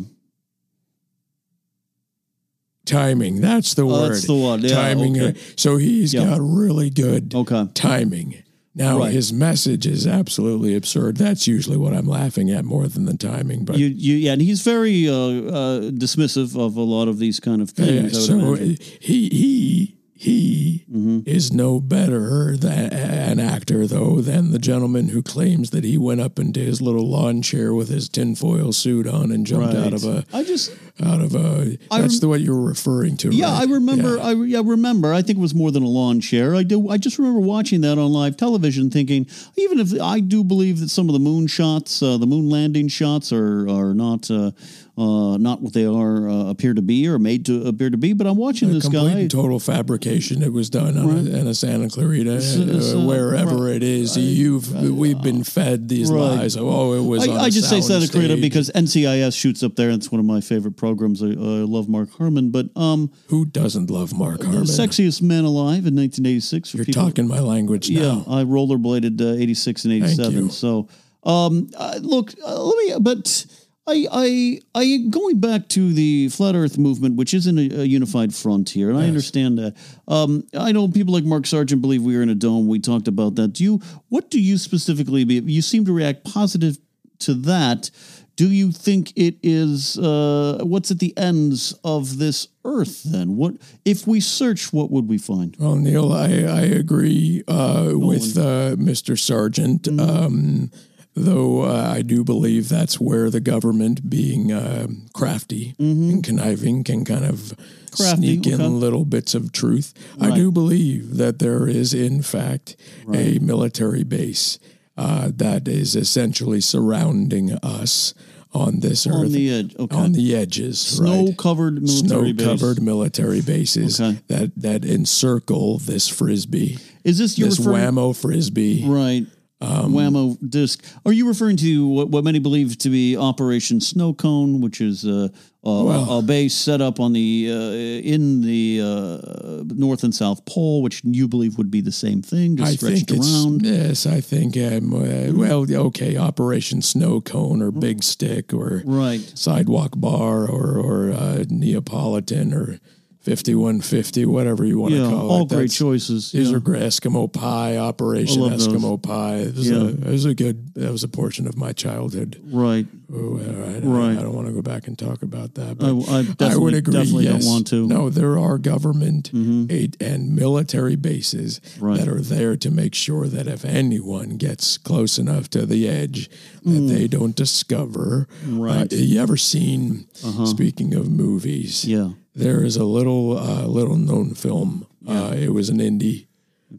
[SPEAKER 3] timing. That's the
[SPEAKER 1] Oh,
[SPEAKER 3] word.
[SPEAKER 1] that's the one. Yeah,
[SPEAKER 3] timing. uh,
[SPEAKER 1] okay.
[SPEAKER 3] So he's
[SPEAKER 1] Yeah.
[SPEAKER 3] got really good
[SPEAKER 1] Okay.
[SPEAKER 3] timing. Now
[SPEAKER 1] Right.
[SPEAKER 3] his message is absolutely absurd. That's usually what I'm laughing at more than the timing. But
[SPEAKER 1] You, you, yeah, and he's very uh, uh, dismissive of a lot of these kind of
[SPEAKER 3] yeah,
[SPEAKER 1] things. I would
[SPEAKER 3] so
[SPEAKER 1] imagine. Mm-hmm.
[SPEAKER 3] he he he is no better than an actor though than the gentleman who claims that he went up into his little lawn chair with his tinfoil suit on and jumped out of a
[SPEAKER 1] Right. I just,
[SPEAKER 3] out of a.
[SPEAKER 1] I
[SPEAKER 3] that's
[SPEAKER 1] rem-
[SPEAKER 3] the what you're referring to.
[SPEAKER 1] yeah,
[SPEAKER 3] right?
[SPEAKER 1] I remember, I re- yeah, remember. I think it was more than a lawn chair. I do. I just remember watching that on live television, thinking, even if I do believe that some of the moon shots, uh, the moon landing shots, are are not uh, uh, not what they are uh, appear to be or made to appear to be. But I'm watching
[SPEAKER 3] a
[SPEAKER 1] this
[SPEAKER 3] complete
[SPEAKER 1] guy.
[SPEAKER 3] and total fabrication that was done on a, in a Santa Clarita,
[SPEAKER 1] it's,
[SPEAKER 3] uh,
[SPEAKER 1] uh,
[SPEAKER 3] wherever it is. You've we've been fed these
[SPEAKER 1] Right.
[SPEAKER 3] lies. Of, oh, it was.
[SPEAKER 1] I,
[SPEAKER 3] on
[SPEAKER 1] I
[SPEAKER 3] a
[SPEAKER 1] just say Santa Clarita
[SPEAKER 3] soundstage."
[SPEAKER 1] because NCIS shoots up there. and It's one of my favorite programs. I, I love Mark Harmon, but um,
[SPEAKER 3] who doesn't love Mark
[SPEAKER 1] the
[SPEAKER 3] Harmon?
[SPEAKER 1] sexiest man alive in 1986. For
[SPEAKER 3] You're
[SPEAKER 1] people,
[SPEAKER 3] talking my language
[SPEAKER 1] Yeah,
[SPEAKER 3] now.
[SPEAKER 1] I rollerbladed uh, 86 and
[SPEAKER 3] you.
[SPEAKER 1] 87. So, um, uh, look, uh, let me. But I, I, I going back to the flat Earth movement, which isn't a, a unified frontier, and I understand that. Um, I know people like Mark Sargent believe we are in a dome. We talked about that. Do you? What do you specifically? Be, you seem to react positive to that. Do you think it is uh, what's at the ends of this earth? Then, what if we search? What would we find?
[SPEAKER 3] Well, Neil, I I agree uh, with uh, Mr. Sargent.
[SPEAKER 1] Mm-hmm.
[SPEAKER 3] Um, Though uh, I do believe that's where the government, being uh, crafty and conniving, can kind of
[SPEAKER 1] Mm-hmm. Crafty,
[SPEAKER 3] sneak in
[SPEAKER 1] okay.
[SPEAKER 3] little bits of truth. I do believe that there is, in fact, a military base uh, that is essentially surrounding us on this
[SPEAKER 1] On
[SPEAKER 3] earth,
[SPEAKER 1] the edge, okay.
[SPEAKER 3] on the edges, right?
[SPEAKER 1] Snow-covered military base.
[SPEAKER 3] snow-covered military bases
[SPEAKER 1] Okay.
[SPEAKER 3] that that encircle this frisbee,
[SPEAKER 1] Is this you're
[SPEAKER 3] this
[SPEAKER 1] referring,
[SPEAKER 3] whammo frisbee.
[SPEAKER 1] right?
[SPEAKER 3] Um,
[SPEAKER 1] Whammo disc. Are you referring to what, what many believe to be Operation Snow Cone, which is uh, a, a, a base set up on the uh, in the uh, North and South Pole, which you believe would be the same thing, just
[SPEAKER 3] I
[SPEAKER 1] stretched
[SPEAKER 3] think it's
[SPEAKER 1] around? Mm-hmm.
[SPEAKER 3] yes. I think um, uh, well, okay. Operation Snow Cone or Big Stick or
[SPEAKER 1] Right.
[SPEAKER 3] Sidewalk Bar or or uh, Neapolitan or fifty one fifty, whatever you want
[SPEAKER 1] Yeah,
[SPEAKER 3] to call it.
[SPEAKER 1] all great
[SPEAKER 3] That's-
[SPEAKER 1] choices.
[SPEAKER 3] These
[SPEAKER 1] yeah.
[SPEAKER 3] are great Eskimo Pie Operation
[SPEAKER 1] I love those.
[SPEAKER 3] Eskimo Pie. It was,
[SPEAKER 1] Yeah.
[SPEAKER 3] a, it was a good. That was a portion of my childhood.
[SPEAKER 1] right.
[SPEAKER 3] Oh, I, I-
[SPEAKER 1] Right.
[SPEAKER 3] I don't want to go back and talk about that.
[SPEAKER 1] I,
[SPEAKER 3] But
[SPEAKER 1] I definitely,
[SPEAKER 3] I would agree.
[SPEAKER 1] definitely
[SPEAKER 3] yes.
[SPEAKER 1] don't want to. Mm-hmm.
[SPEAKER 3] No, there are government aid and military bases
[SPEAKER 1] Right.
[SPEAKER 3] that are there to make sure that if anyone gets close enough to the edge, that they don't discover.
[SPEAKER 1] Mm. Right. Uh-huh.
[SPEAKER 3] Uh, you ever seen? Speaking of movies,
[SPEAKER 1] Yeah.
[SPEAKER 3] there is a little uh, little known film. Uh, it was an indie.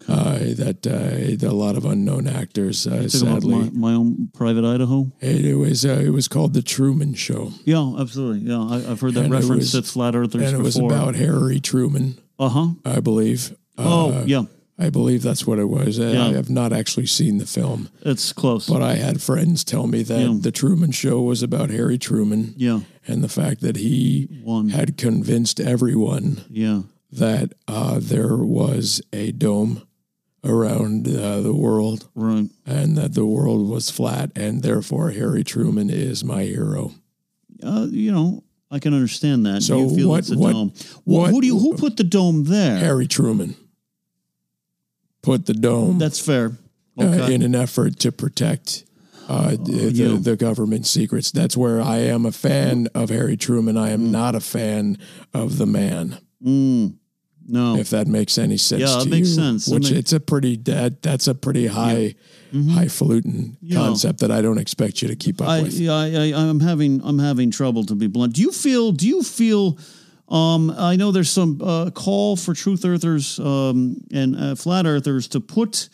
[SPEAKER 3] Uh, that uh, a lot of unknown actors uh,
[SPEAKER 1] Talking about
[SPEAKER 3] sadly.
[SPEAKER 1] my, my own private Idaho.
[SPEAKER 3] It, it was uh, it was called the Truman Show,
[SPEAKER 1] Yeah, absolutely. Yeah, I, I've heard that
[SPEAKER 3] And it
[SPEAKER 1] reference
[SPEAKER 3] was-
[SPEAKER 1] to flat earthers
[SPEAKER 3] and it was
[SPEAKER 1] before.
[SPEAKER 3] about Harry Truman.
[SPEAKER 1] uh huh.
[SPEAKER 3] I believe.
[SPEAKER 1] Oh,
[SPEAKER 3] Uh,
[SPEAKER 1] yeah,
[SPEAKER 3] I believe that's what it was. I-
[SPEAKER 1] Yeah.
[SPEAKER 3] I have not actually seen the film,
[SPEAKER 1] it's close.
[SPEAKER 3] but I had friends tell me that
[SPEAKER 1] Yeah.
[SPEAKER 3] the Truman Show was about Harry Truman
[SPEAKER 1] yeah,
[SPEAKER 3] and the fact that he
[SPEAKER 1] Won.
[SPEAKER 3] had convinced everyone
[SPEAKER 1] yeah,
[SPEAKER 3] that uh, there was a dome around uh, the world
[SPEAKER 1] right.
[SPEAKER 3] and that the world was flat, and therefore Harry Truman is my hero.
[SPEAKER 1] Uh, you know, I can understand that.
[SPEAKER 3] So
[SPEAKER 1] you feel
[SPEAKER 3] what-
[SPEAKER 1] it's a
[SPEAKER 3] what-
[SPEAKER 1] dome. Well, who
[SPEAKER 3] what-
[SPEAKER 1] do you who put the dome there?
[SPEAKER 3] Harry Truman put the dome.
[SPEAKER 1] That's fair.
[SPEAKER 3] uh,
[SPEAKER 1] Okay. Oh,
[SPEAKER 3] in an effort to protect uh, the,
[SPEAKER 1] yeah.
[SPEAKER 3] the, the government secrets. That's where I am a fan of Harry Truman. I am not a fan of the man.
[SPEAKER 1] Mm, no.
[SPEAKER 3] If that makes any sense,
[SPEAKER 1] Yeah, it
[SPEAKER 3] to
[SPEAKER 1] makes
[SPEAKER 3] you,
[SPEAKER 1] sense. It
[SPEAKER 3] Which
[SPEAKER 1] ma-
[SPEAKER 3] it's a pretty that that's a pretty high highfalutin
[SPEAKER 1] Yeah.
[SPEAKER 3] concept that I don't expect you to keep up
[SPEAKER 1] I,
[SPEAKER 3] with.
[SPEAKER 1] yeah, I, I, I'm having I'm having trouble to be blunt. Do you feel? Do you feel? Um, I know there's some uh, call for truth earthers um, and uh, flat earthers to put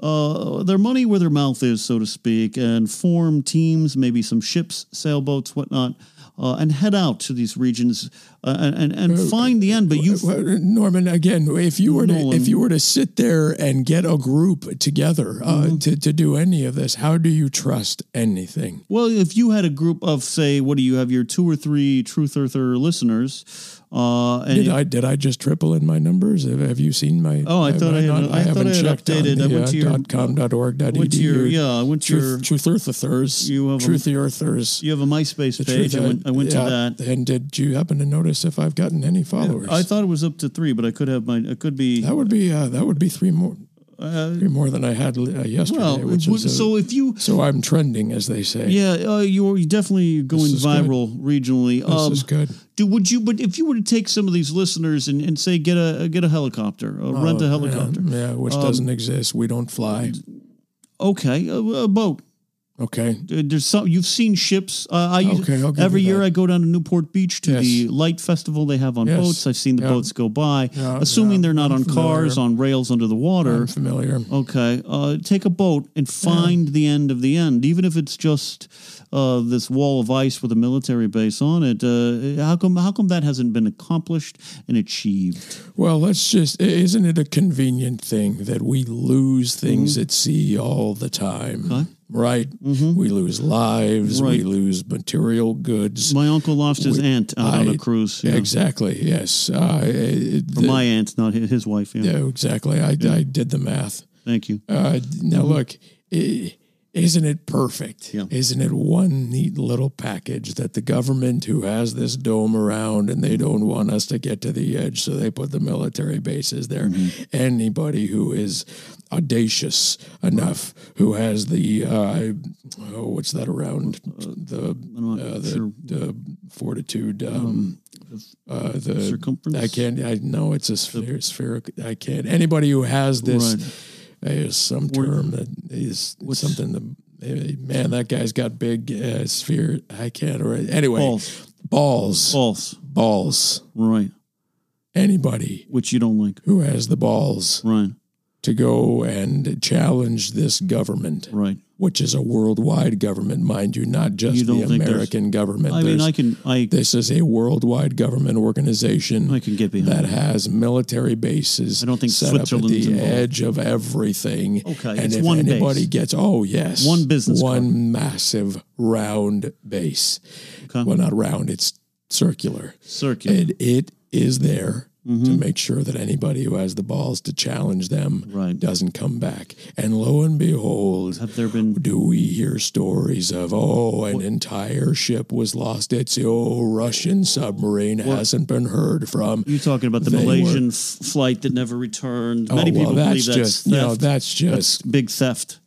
[SPEAKER 1] uh, their money where their mouth is, so to speak, and form teams, maybe some ships, sailboats, whatnot, uh, and head out to these regions uh, and and, and find the end. But you,
[SPEAKER 3] Well, Norman, again, if you were to
[SPEAKER 1] Nolan.
[SPEAKER 3] if you were to sit there and get a group together uh,
[SPEAKER 1] Mm-hmm.
[SPEAKER 3] to to do any of this, how do you trust anything?
[SPEAKER 1] well, if you had a group of say, what do you have? Your two or three truth earther listeners, uh, and
[SPEAKER 3] Did I did I just triple in my numbers? Have, have you seen my?
[SPEAKER 1] Oh, I thought I had- I thought I had updated. I went to your-
[SPEAKER 3] com dot org uh, dot
[SPEAKER 1] went to your
[SPEAKER 3] edu.
[SPEAKER 1] yeah, I went to your
[SPEAKER 3] Truth, truth earthers.
[SPEAKER 1] You have a-
[SPEAKER 3] truth earthers.
[SPEAKER 1] You have a MySpace page. I went, I went to that.
[SPEAKER 3] And did you happen to notice if I've gotten any followers?
[SPEAKER 1] I thought it was up to three, but I could have my. It could be. uh,
[SPEAKER 3] that would be uh, that would be three more three more than I had uh, yesterday.
[SPEAKER 1] Well,
[SPEAKER 3] which
[SPEAKER 1] it would-
[SPEAKER 3] is a-
[SPEAKER 1] so if you,
[SPEAKER 3] so I'm trending, as they say.
[SPEAKER 1] yeah, uh, you're definitely going
[SPEAKER 3] is good.
[SPEAKER 1] viral regionally.
[SPEAKER 3] this
[SPEAKER 1] Um,
[SPEAKER 3] is good.
[SPEAKER 1] do would you? But if you were to take some of these listeners and, and say get a get a helicopter, uh, rent a helicopter,
[SPEAKER 3] Oh,
[SPEAKER 1] Um,
[SPEAKER 3] Yeah, yeah, which doesn't exist. We don't fly.
[SPEAKER 1] okay, a, a boat.
[SPEAKER 3] Okay.
[SPEAKER 1] Uh, There's some you've seen ships. Uh, I use-
[SPEAKER 3] Okay, I'll give
[SPEAKER 1] every
[SPEAKER 3] you
[SPEAKER 1] year
[SPEAKER 3] that.
[SPEAKER 1] I go down to Newport Beach to
[SPEAKER 3] Yes.
[SPEAKER 1] the light festival they have on
[SPEAKER 3] Yes.
[SPEAKER 1] boats. I've seen the
[SPEAKER 3] Yeah.
[SPEAKER 1] boats go by.
[SPEAKER 3] Yeah,
[SPEAKER 1] Assuming
[SPEAKER 3] yeah,
[SPEAKER 1] they're not
[SPEAKER 3] I'm
[SPEAKER 1] on cars,
[SPEAKER 3] familiar.
[SPEAKER 1] on rails under the water.
[SPEAKER 3] I'm familiar.
[SPEAKER 1] Okay. Uh, take a boat and find the end of the end, even if it's just uh, this wall of ice with a military base on it. Uh, how come? How come that hasn't been accomplished and achieved?
[SPEAKER 3] Well, let's just, i- isn't it a convenient thing that we lose things
[SPEAKER 1] Mm-hmm.
[SPEAKER 3] at sea all the time? Right? We lose lives, we
[SPEAKER 1] Right.
[SPEAKER 3] lose material goods.
[SPEAKER 1] My uncle lost his aunt out on a
[SPEAKER 3] I-
[SPEAKER 1] cruise. Yeah.
[SPEAKER 3] Exactly, yes. Uh, it-
[SPEAKER 1] Or
[SPEAKER 3] the-
[SPEAKER 1] my aunt, not his, his wife. Yeah.
[SPEAKER 3] yeah, exactly. I, I did the math.
[SPEAKER 1] Thank you.
[SPEAKER 3] Uh, now, look, i isn't it perfect?
[SPEAKER 1] Yeah.
[SPEAKER 3] Isn't it one neat little package that the government who has this dome around and they don't want us to get to the edge, so they put the military bases there?
[SPEAKER 1] Mm-hmm.
[SPEAKER 3] Anybody who is audacious enough, who has the, uh, oh, what's that around? The, uh, the,
[SPEAKER 1] sure.
[SPEAKER 3] the fortitude. Um, uh, the
[SPEAKER 1] circumference?
[SPEAKER 3] I can't. I know it's a sphere, spherical. I can't. Anybody who has this is some term that is something that eh, man that guy's got big uh, sphere. I can't. Or anyway,
[SPEAKER 1] Balls.
[SPEAKER 3] balls,
[SPEAKER 1] False.
[SPEAKER 3] balls.
[SPEAKER 1] Right.
[SPEAKER 3] Anybody
[SPEAKER 1] Which you don't like.
[SPEAKER 3] who has the balls
[SPEAKER 1] Right.
[SPEAKER 3] to go and challenge this government,
[SPEAKER 1] Right.
[SPEAKER 3] which is a worldwide government, mind you, not just
[SPEAKER 1] You don't
[SPEAKER 3] the
[SPEAKER 1] think there's-
[SPEAKER 3] American government.
[SPEAKER 1] I mean,
[SPEAKER 3] There's-
[SPEAKER 1] I can I
[SPEAKER 3] this is a worldwide government organization
[SPEAKER 1] I can get behind
[SPEAKER 3] that has military bases.
[SPEAKER 1] I don't think
[SPEAKER 3] set up at
[SPEAKER 1] Switzerland's
[SPEAKER 3] the
[SPEAKER 1] involved.
[SPEAKER 3] edge of everything.
[SPEAKER 1] Okay,
[SPEAKER 3] and
[SPEAKER 1] it's
[SPEAKER 3] if
[SPEAKER 1] one
[SPEAKER 3] anybody
[SPEAKER 1] base.
[SPEAKER 3] gets oh yes,
[SPEAKER 1] One business
[SPEAKER 3] one massive round base.
[SPEAKER 1] Okay.
[SPEAKER 3] Well, not round; it's circular,
[SPEAKER 1] circular.
[SPEAKER 3] and it is there.
[SPEAKER 1] Mm-hmm.
[SPEAKER 3] To make sure that anybody who has the balls to challenge them
[SPEAKER 1] Right.
[SPEAKER 3] doesn't come back. And lo and behold,
[SPEAKER 1] Have there been
[SPEAKER 3] do we hear stories of oh an entire ship was lost it's oh russian submarine hasn't been heard from
[SPEAKER 1] you talking about the
[SPEAKER 3] They
[SPEAKER 1] Malaysian f- flight that never returned?
[SPEAKER 3] oh,
[SPEAKER 1] Many
[SPEAKER 3] well,
[SPEAKER 1] people
[SPEAKER 3] that's
[SPEAKER 1] believe that's
[SPEAKER 3] just
[SPEAKER 1] theft.
[SPEAKER 3] you know that's
[SPEAKER 1] that's
[SPEAKER 3] just
[SPEAKER 1] big theft.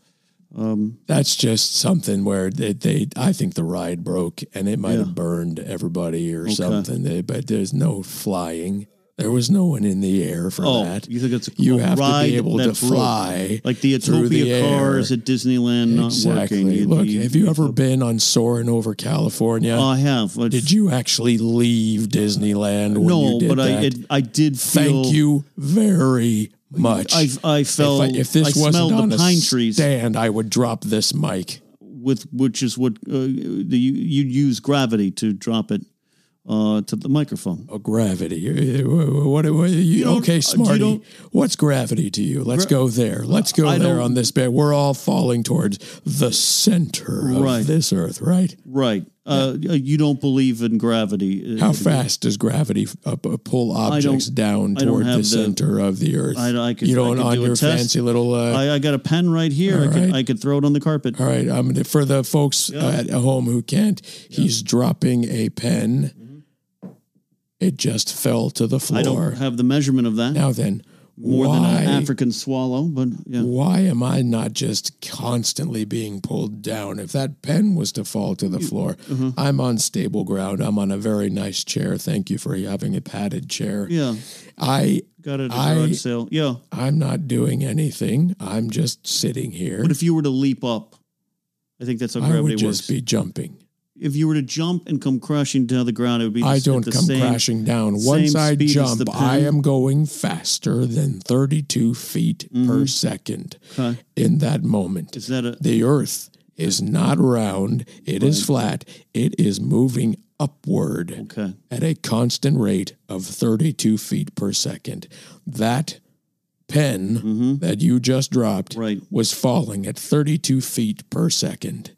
[SPEAKER 3] that's just something where they, they i think the ride broke and it might have burned everybody or something They- but there's no flying there was no one in the air for
[SPEAKER 1] Oh,
[SPEAKER 3] that
[SPEAKER 1] you think it's a
[SPEAKER 3] you
[SPEAKER 1] a
[SPEAKER 3] have to
[SPEAKER 1] ride
[SPEAKER 3] be able
[SPEAKER 1] that
[SPEAKER 3] to
[SPEAKER 1] broke.
[SPEAKER 3] fly
[SPEAKER 1] like the
[SPEAKER 3] through the
[SPEAKER 1] Utopia
[SPEAKER 3] air.
[SPEAKER 1] cars at Disneyland not
[SPEAKER 3] exactly
[SPEAKER 1] working? You-
[SPEAKER 3] look have you ever been on soaring over california
[SPEAKER 1] I have. I-
[SPEAKER 3] Did you actually leave Disneyland when
[SPEAKER 1] No,
[SPEAKER 3] you did
[SPEAKER 1] but
[SPEAKER 3] that?
[SPEAKER 1] I it, I did feel.
[SPEAKER 3] Thank you very much.
[SPEAKER 1] I I felt
[SPEAKER 3] if, I- if this
[SPEAKER 1] I
[SPEAKER 3] wasn't
[SPEAKER 1] smelled
[SPEAKER 3] on
[SPEAKER 1] the
[SPEAKER 3] a
[SPEAKER 1] pine trees
[SPEAKER 3] stand, I would drop this mic.
[SPEAKER 1] with which is what uh, the, you you use gravity to drop it uh, to the microphone.
[SPEAKER 3] Oh, gravity. Uh, What? what, what you,
[SPEAKER 1] don't- uh,
[SPEAKER 3] okay,
[SPEAKER 1] you
[SPEAKER 3] smarty.
[SPEAKER 1] don't-
[SPEAKER 3] What's gravity to you? Let's go there. Let's go
[SPEAKER 1] I
[SPEAKER 3] there
[SPEAKER 1] don't-
[SPEAKER 3] on this bit. We're all falling towards the center
[SPEAKER 1] Right.
[SPEAKER 3] of this earth, right?
[SPEAKER 1] Right. Uh, you don't believe in gravity.
[SPEAKER 3] How fast does gravity uh, p- pull objects down
[SPEAKER 1] I don't
[SPEAKER 3] toward the,
[SPEAKER 1] have the-
[SPEAKER 3] center of the earth?
[SPEAKER 1] I- I could-
[SPEAKER 3] you
[SPEAKER 1] I
[SPEAKER 3] don't
[SPEAKER 1] could
[SPEAKER 3] on
[SPEAKER 1] do a
[SPEAKER 3] your
[SPEAKER 1] test.
[SPEAKER 3] fancy little uh,
[SPEAKER 1] I, I got a pen right here. I, could,
[SPEAKER 3] right.
[SPEAKER 1] I could throw it on the carpet.
[SPEAKER 3] All right. Um, for the folks uh, at home who can't, he's dropping a pen. It just fell to the
[SPEAKER 1] Mm-hmm. I don't
[SPEAKER 3] floor.
[SPEAKER 1] have the measurement of that.
[SPEAKER 3] Now then,
[SPEAKER 1] more
[SPEAKER 3] why,
[SPEAKER 1] than an African swallow, but yeah.
[SPEAKER 3] why am I not just constantly being pulled down? If that pen was to fall to the floor,
[SPEAKER 1] Mm-hmm.
[SPEAKER 3] I'm on stable ground. I'm on a very nice chair. Thank you for having a padded chair.
[SPEAKER 1] Yeah.
[SPEAKER 3] I,
[SPEAKER 1] Got it at a
[SPEAKER 3] I-
[SPEAKER 1] garage sale. Yeah.
[SPEAKER 3] I'm not doing anything. I'm just sitting here.
[SPEAKER 1] But if you were to leap up, I think that's how
[SPEAKER 3] I
[SPEAKER 1] gravity
[SPEAKER 3] would
[SPEAKER 1] works.
[SPEAKER 3] just be
[SPEAKER 1] if you
[SPEAKER 3] jumping.
[SPEAKER 1] at the same speed as the pen. you were to jump and come crashing down the ground, it would be
[SPEAKER 3] I don't come crashing down. Once I
[SPEAKER 1] speed as
[SPEAKER 3] jump,
[SPEAKER 1] the
[SPEAKER 3] I
[SPEAKER 1] pen.
[SPEAKER 3] am going faster than 32 feet
[SPEAKER 1] Mm-hmm.
[SPEAKER 3] per second in that moment.
[SPEAKER 1] Is that a
[SPEAKER 3] The earth is not round, It is flat, it is moving upward
[SPEAKER 1] okay?
[SPEAKER 3] at a constant rate of 32 feet per second. That pen
[SPEAKER 1] Mm-hmm.
[SPEAKER 3] that you just dropped
[SPEAKER 1] Right.
[SPEAKER 3] was falling at 32 feet per second.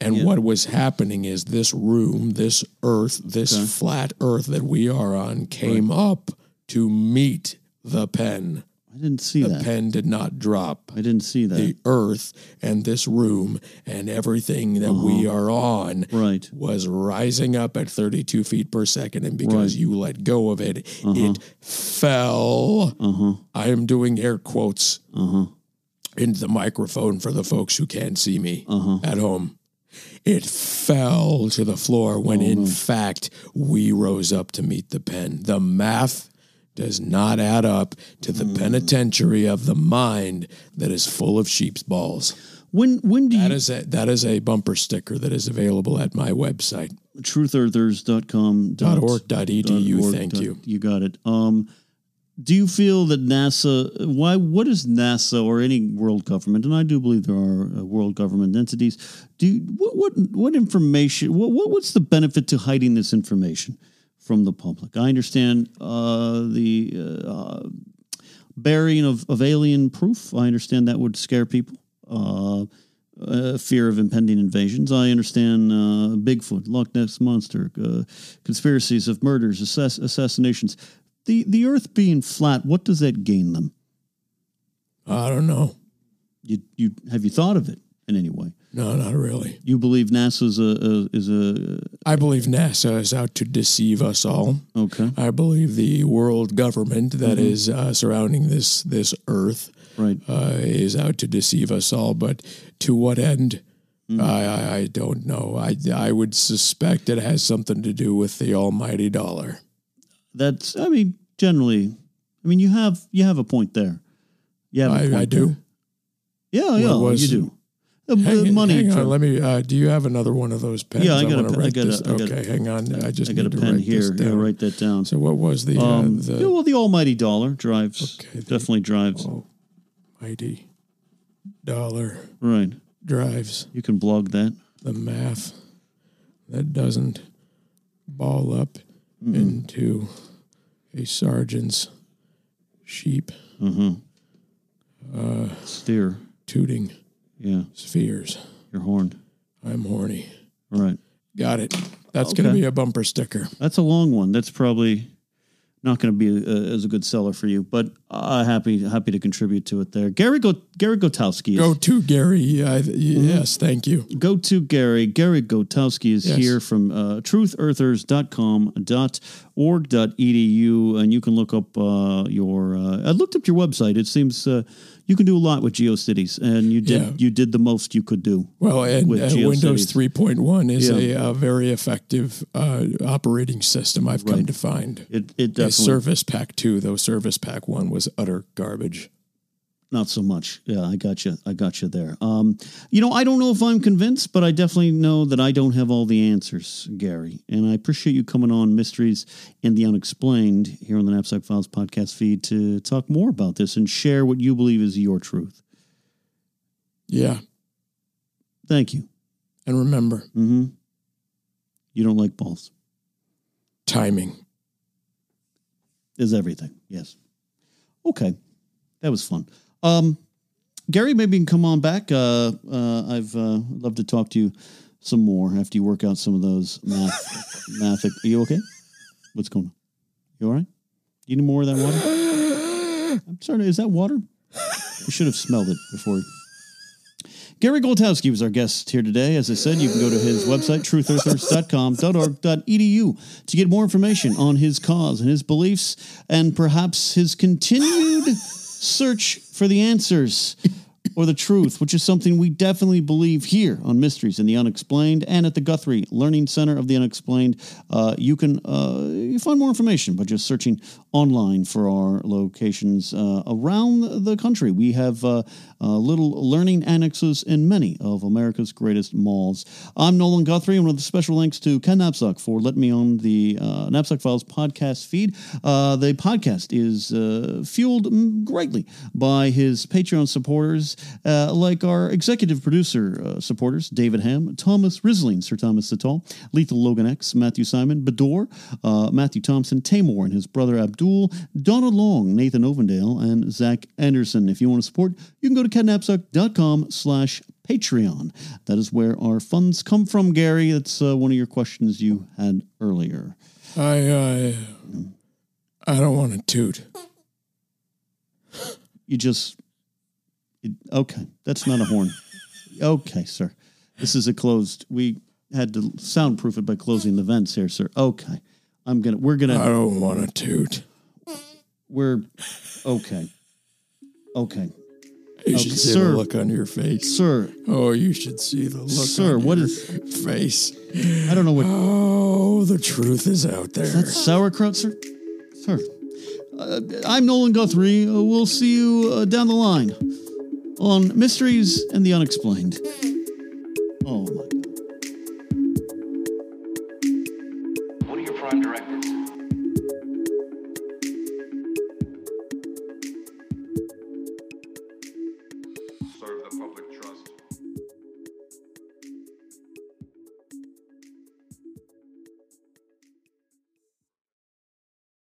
[SPEAKER 3] And what was happening is this room, this earth, this flat earth that we are on came up to meet the pen.
[SPEAKER 1] I didn't see
[SPEAKER 3] The
[SPEAKER 1] that.
[SPEAKER 3] pen did not drop
[SPEAKER 1] I didn't see that.
[SPEAKER 3] the earth and this room and everything that we are on
[SPEAKER 1] right.
[SPEAKER 3] was rising up at 32 feet per second. And because you let go of it, it fell.
[SPEAKER 1] Uh-huh.
[SPEAKER 3] I am doing air quotes into the microphone for the folks who can't see me at home. It fell to the floor when, in fact, we rose up to meet the pen. The math does not add up to the penitentiary of the mind that is full of sheep's balls.
[SPEAKER 1] When when do
[SPEAKER 3] That
[SPEAKER 1] you
[SPEAKER 3] is a that is a bumper sticker that is available at my website
[SPEAKER 1] truthearthers.com
[SPEAKER 3] dot org dot edu.
[SPEAKER 1] org
[SPEAKER 3] Thank
[SPEAKER 1] dot-
[SPEAKER 3] you.
[SPEAKER 1] You got it. Um, do you feel that NASA? Why? What is NASA or any world government? And I do believe there are uh, world government entities. Do you, what? What? What information? What, what? What's the benefit to hiding this information from the public? I understand uh, the uh, uh, burying of, of alien proof. I understand that would scare people. Uh, uh, fear of impending invasions. I understand uh, Bigfoot, Loch Ness monster, uh, conspiracies of murders, assass- assassinations. The the Earth being flat, what does that gain them?
[SPEAKER 3] I don't know.
[SPEAKER 1] You you have you thought of it in any way?
[SPEAKER 3] No, not really.
[SPEAKER 1] You believe NASA's a, a is a
[SPEAKER 3] I believe NASA is out to deceive us all.
[SPEAKER 1] okay
[SPEAKER 3] I believe the world government that
[SPEAKER 1] Mm-hmm.
[SPEAKER 3] is uh, surrounding this this Earth
[SPEAKER 1] right?
[SPEAKER 3] uh, is out to deceive us all. But to what end?
[SPEAKER 1] Mm.
[SPEAKER 3] I, I I don't know. I I would suspect it has something to do with the almighty dollar.
[SPEAKER 1] That's I mean generally, I mean you have you have a point there. Yeah,
[SPEAKER 3] I, I do.
[SPEAKER 1] Yeah, yeah,
[SPEAKER 3] was-
[SPEAKER 1] you do. The,
[SPEAKER 3] Hang
[SPEAKER 1] the
[SPEAKER 3] on-
[SPEAKER 1] money.
[SPEAKER 3] hang on,
[SPEAKER 1] term.
[SPEAKER 3] let me. Uh, do you have another one of those pens?
[SPEAKER 1] Yeah, I got a
[SPEAKER 3] wanna
[SPEAKER 1] pen- I
[SPEAKER 3] write
[SPEAKER 1] got a-
[SPEAKER 3] this-
[SPEAKER 1] I got a-
[SPEAKER 3] okay, hang on. I just
[SPEAKER 1] I got a
[SPEAKER 3] need to
[SPEAKER 1] pen
[SPEAKER 3] write
[SPEAKER 1] here.
[SPEAKER 3] This
[SPEAKER 1] Yeah,
[SPEAKER 3] down.
[SPEAKER 1] write that down.
[SPEAKER 3] So what was the?
[SPEAKER 1] Um,
[SPEAKER 3] uh, the
[SPEAKER 1] yeah, well, the almighty dollar drives
[SPEAKER 3] Okay, the-
[SPEAKER 1] definitely drives.
[SPEAKER 3] oh, mighty dollar
[SPEAKER 1] Right.
[SPEAKER 3] drives
[SPEAKER 1] You can blog that.
[SPEAKER 3] the math that doesn't ball up into a sergeant's sheep
[SPEAKER 1] Steer.
[SPEAKER 3] tooting
[SPEAKER 1] Yeah.
[SPEAKER 3] spheres.
[SPEAKER 1] Your horn.
[SPEAKER 3] I'm horny.
[SPEAKER 1] Right.
[SPEAKER 3] Got it. That's going to
[SPEAKER 1] Okay.
[SPEAKER 3] be a bumper sticker.
[SPEAKER 1] That's a long one. That's probably not going to be uh, as a good seller for you, but uh, happy happy to contribute to it there. Gary Go- Gary Gotowski. Is,
[SPEAKER 3] Go to Gary. I,
[SPEAKER 1] Mm-hmm.
[SPEAKER 3] yes, thank you.
[SPEAKER 1] go to Gary. Gary Gotowski is
[SPEAKER 3] Yes.
[SPEAKER 1] here from uh, truthtearthers.com.org.edu, E and you can look up uh, your. Uh, I looked up your website. It seems uh, you can do a lot with GeoCities, and you did
[SPEAKER 3] Yeah.
[SPEAKER 1] you did the most you could do.
[SPEAKER 3] Well, and
[SPEAKER 1] With
[SPEAKER 3] uh,
[SPEAKER 1] GeoCities.
[SPEAKER 3] Windows 3.1 is
[SPEAKER 1] Yeah.
[SPEAKER 3] a, uh very effective uh, operating system I've come to find.
[SPEAKER 1] It it
[SPEAKER 3] The
[SPEAKER 1] definitely
[SPEAKER 3] Service Pack 2, though Service Pack 1 was utter garbage.
[SPEAKER 1] not so much. Yeah, I got you. I got you there. Um, you know, I don't know if I'm convinced, but I definitely know that I don't have all the answers, Gary. And I appreciate you coming on Mysteries and the Unexplained here on the Knapsack Files podcast feed to talk more about this and share what you believe is your truth.
[SPEAKER 3] Yeah.
[SPEAKER 1] Thank you.
[SPEAKER 3] And remember,
[SPEAKER 1] hmm You don't like balls.
[SPEAKER 3] timing.
[SPEAKER 1] is everything. Yes. Okay. That was fun. Um, Gary, maybe you can come on back. Uh, uh, I've uh, love to talk to you some more after you work out some of those math. math. Are you okay? What's going on? You all right? Do you need more of that water? I'm sorry. Is that water? We should have smelled it before. Gary Goldtowski was our guest here today. As I said, you can go to his website, truthothirst.com.org.edu, E to get more information on his cause and his beliefs and perhaps his continued search for the answers or the truth, which is something we definitely believe here on Mysteries and the Unexplained and at the Guthrie Learning Center of the Unexplained. Uh, you can uh, you find more information by just searching online for our locations uh, around the country. We have uh, uh, little learning annexes in many of America's greatest malls. I'm Nolan Guthrie, and with special thanks to Ken Knapsack for letting me on the uh, Knapsack Files podcast feed. Uh, the podcast is uh, fueled mm, greatly by his Patreon supporters, uh, like our executive producer uh, supporters, David Ham, Thomas Risling, Sir Thomas Sital, Lethal Logan X, Matthew Simon, Bador, uh, Matthew Thompson, Tamor, and his brother Abdul, Donald Long, Nathan Ovendale, and Zach Anderson. If you want to support, you can go to catnapsuck.com slash Patreon. That is where our funds come from, Gary. That's uh, one of your questions you had earlier.
[SPEAKER 3] I, uh, I don't want to toot.
[SPEAKER 1] you just it, okay that's not a horn okay sir this is a closed we had to soundproof it by closing the vents here sir okay i'm gonna we're gonna
[SPEAKER 3] I don't want to toot.
[SPEAKER 1] we're okay okay
[SPEAKER 3] You should see
[SPEAKER 1] sir.
[SPEAKER 3] the look on your face.
[SPEAKER 1] sir
[SPEAKER 3] Oh, you should see the look
[SPEAKER 1] sir
[SPEAKER 3] on
[SPEAKER 1] what
[SPEAKER 3] your
[SPEAKER 1] is
[SPEAKER 3] face.
[SPEAKER 1] i don't know what
[SPEAKER 3] Oh, the truth is out there.
[SPEAKER 1] that's sauerkraut sir sir uh, i'm nolan guthrie uh, we'll see you uh, down the line on mysteries and the unexplained oh my god
[SPEAKER 2] One of your prime directives.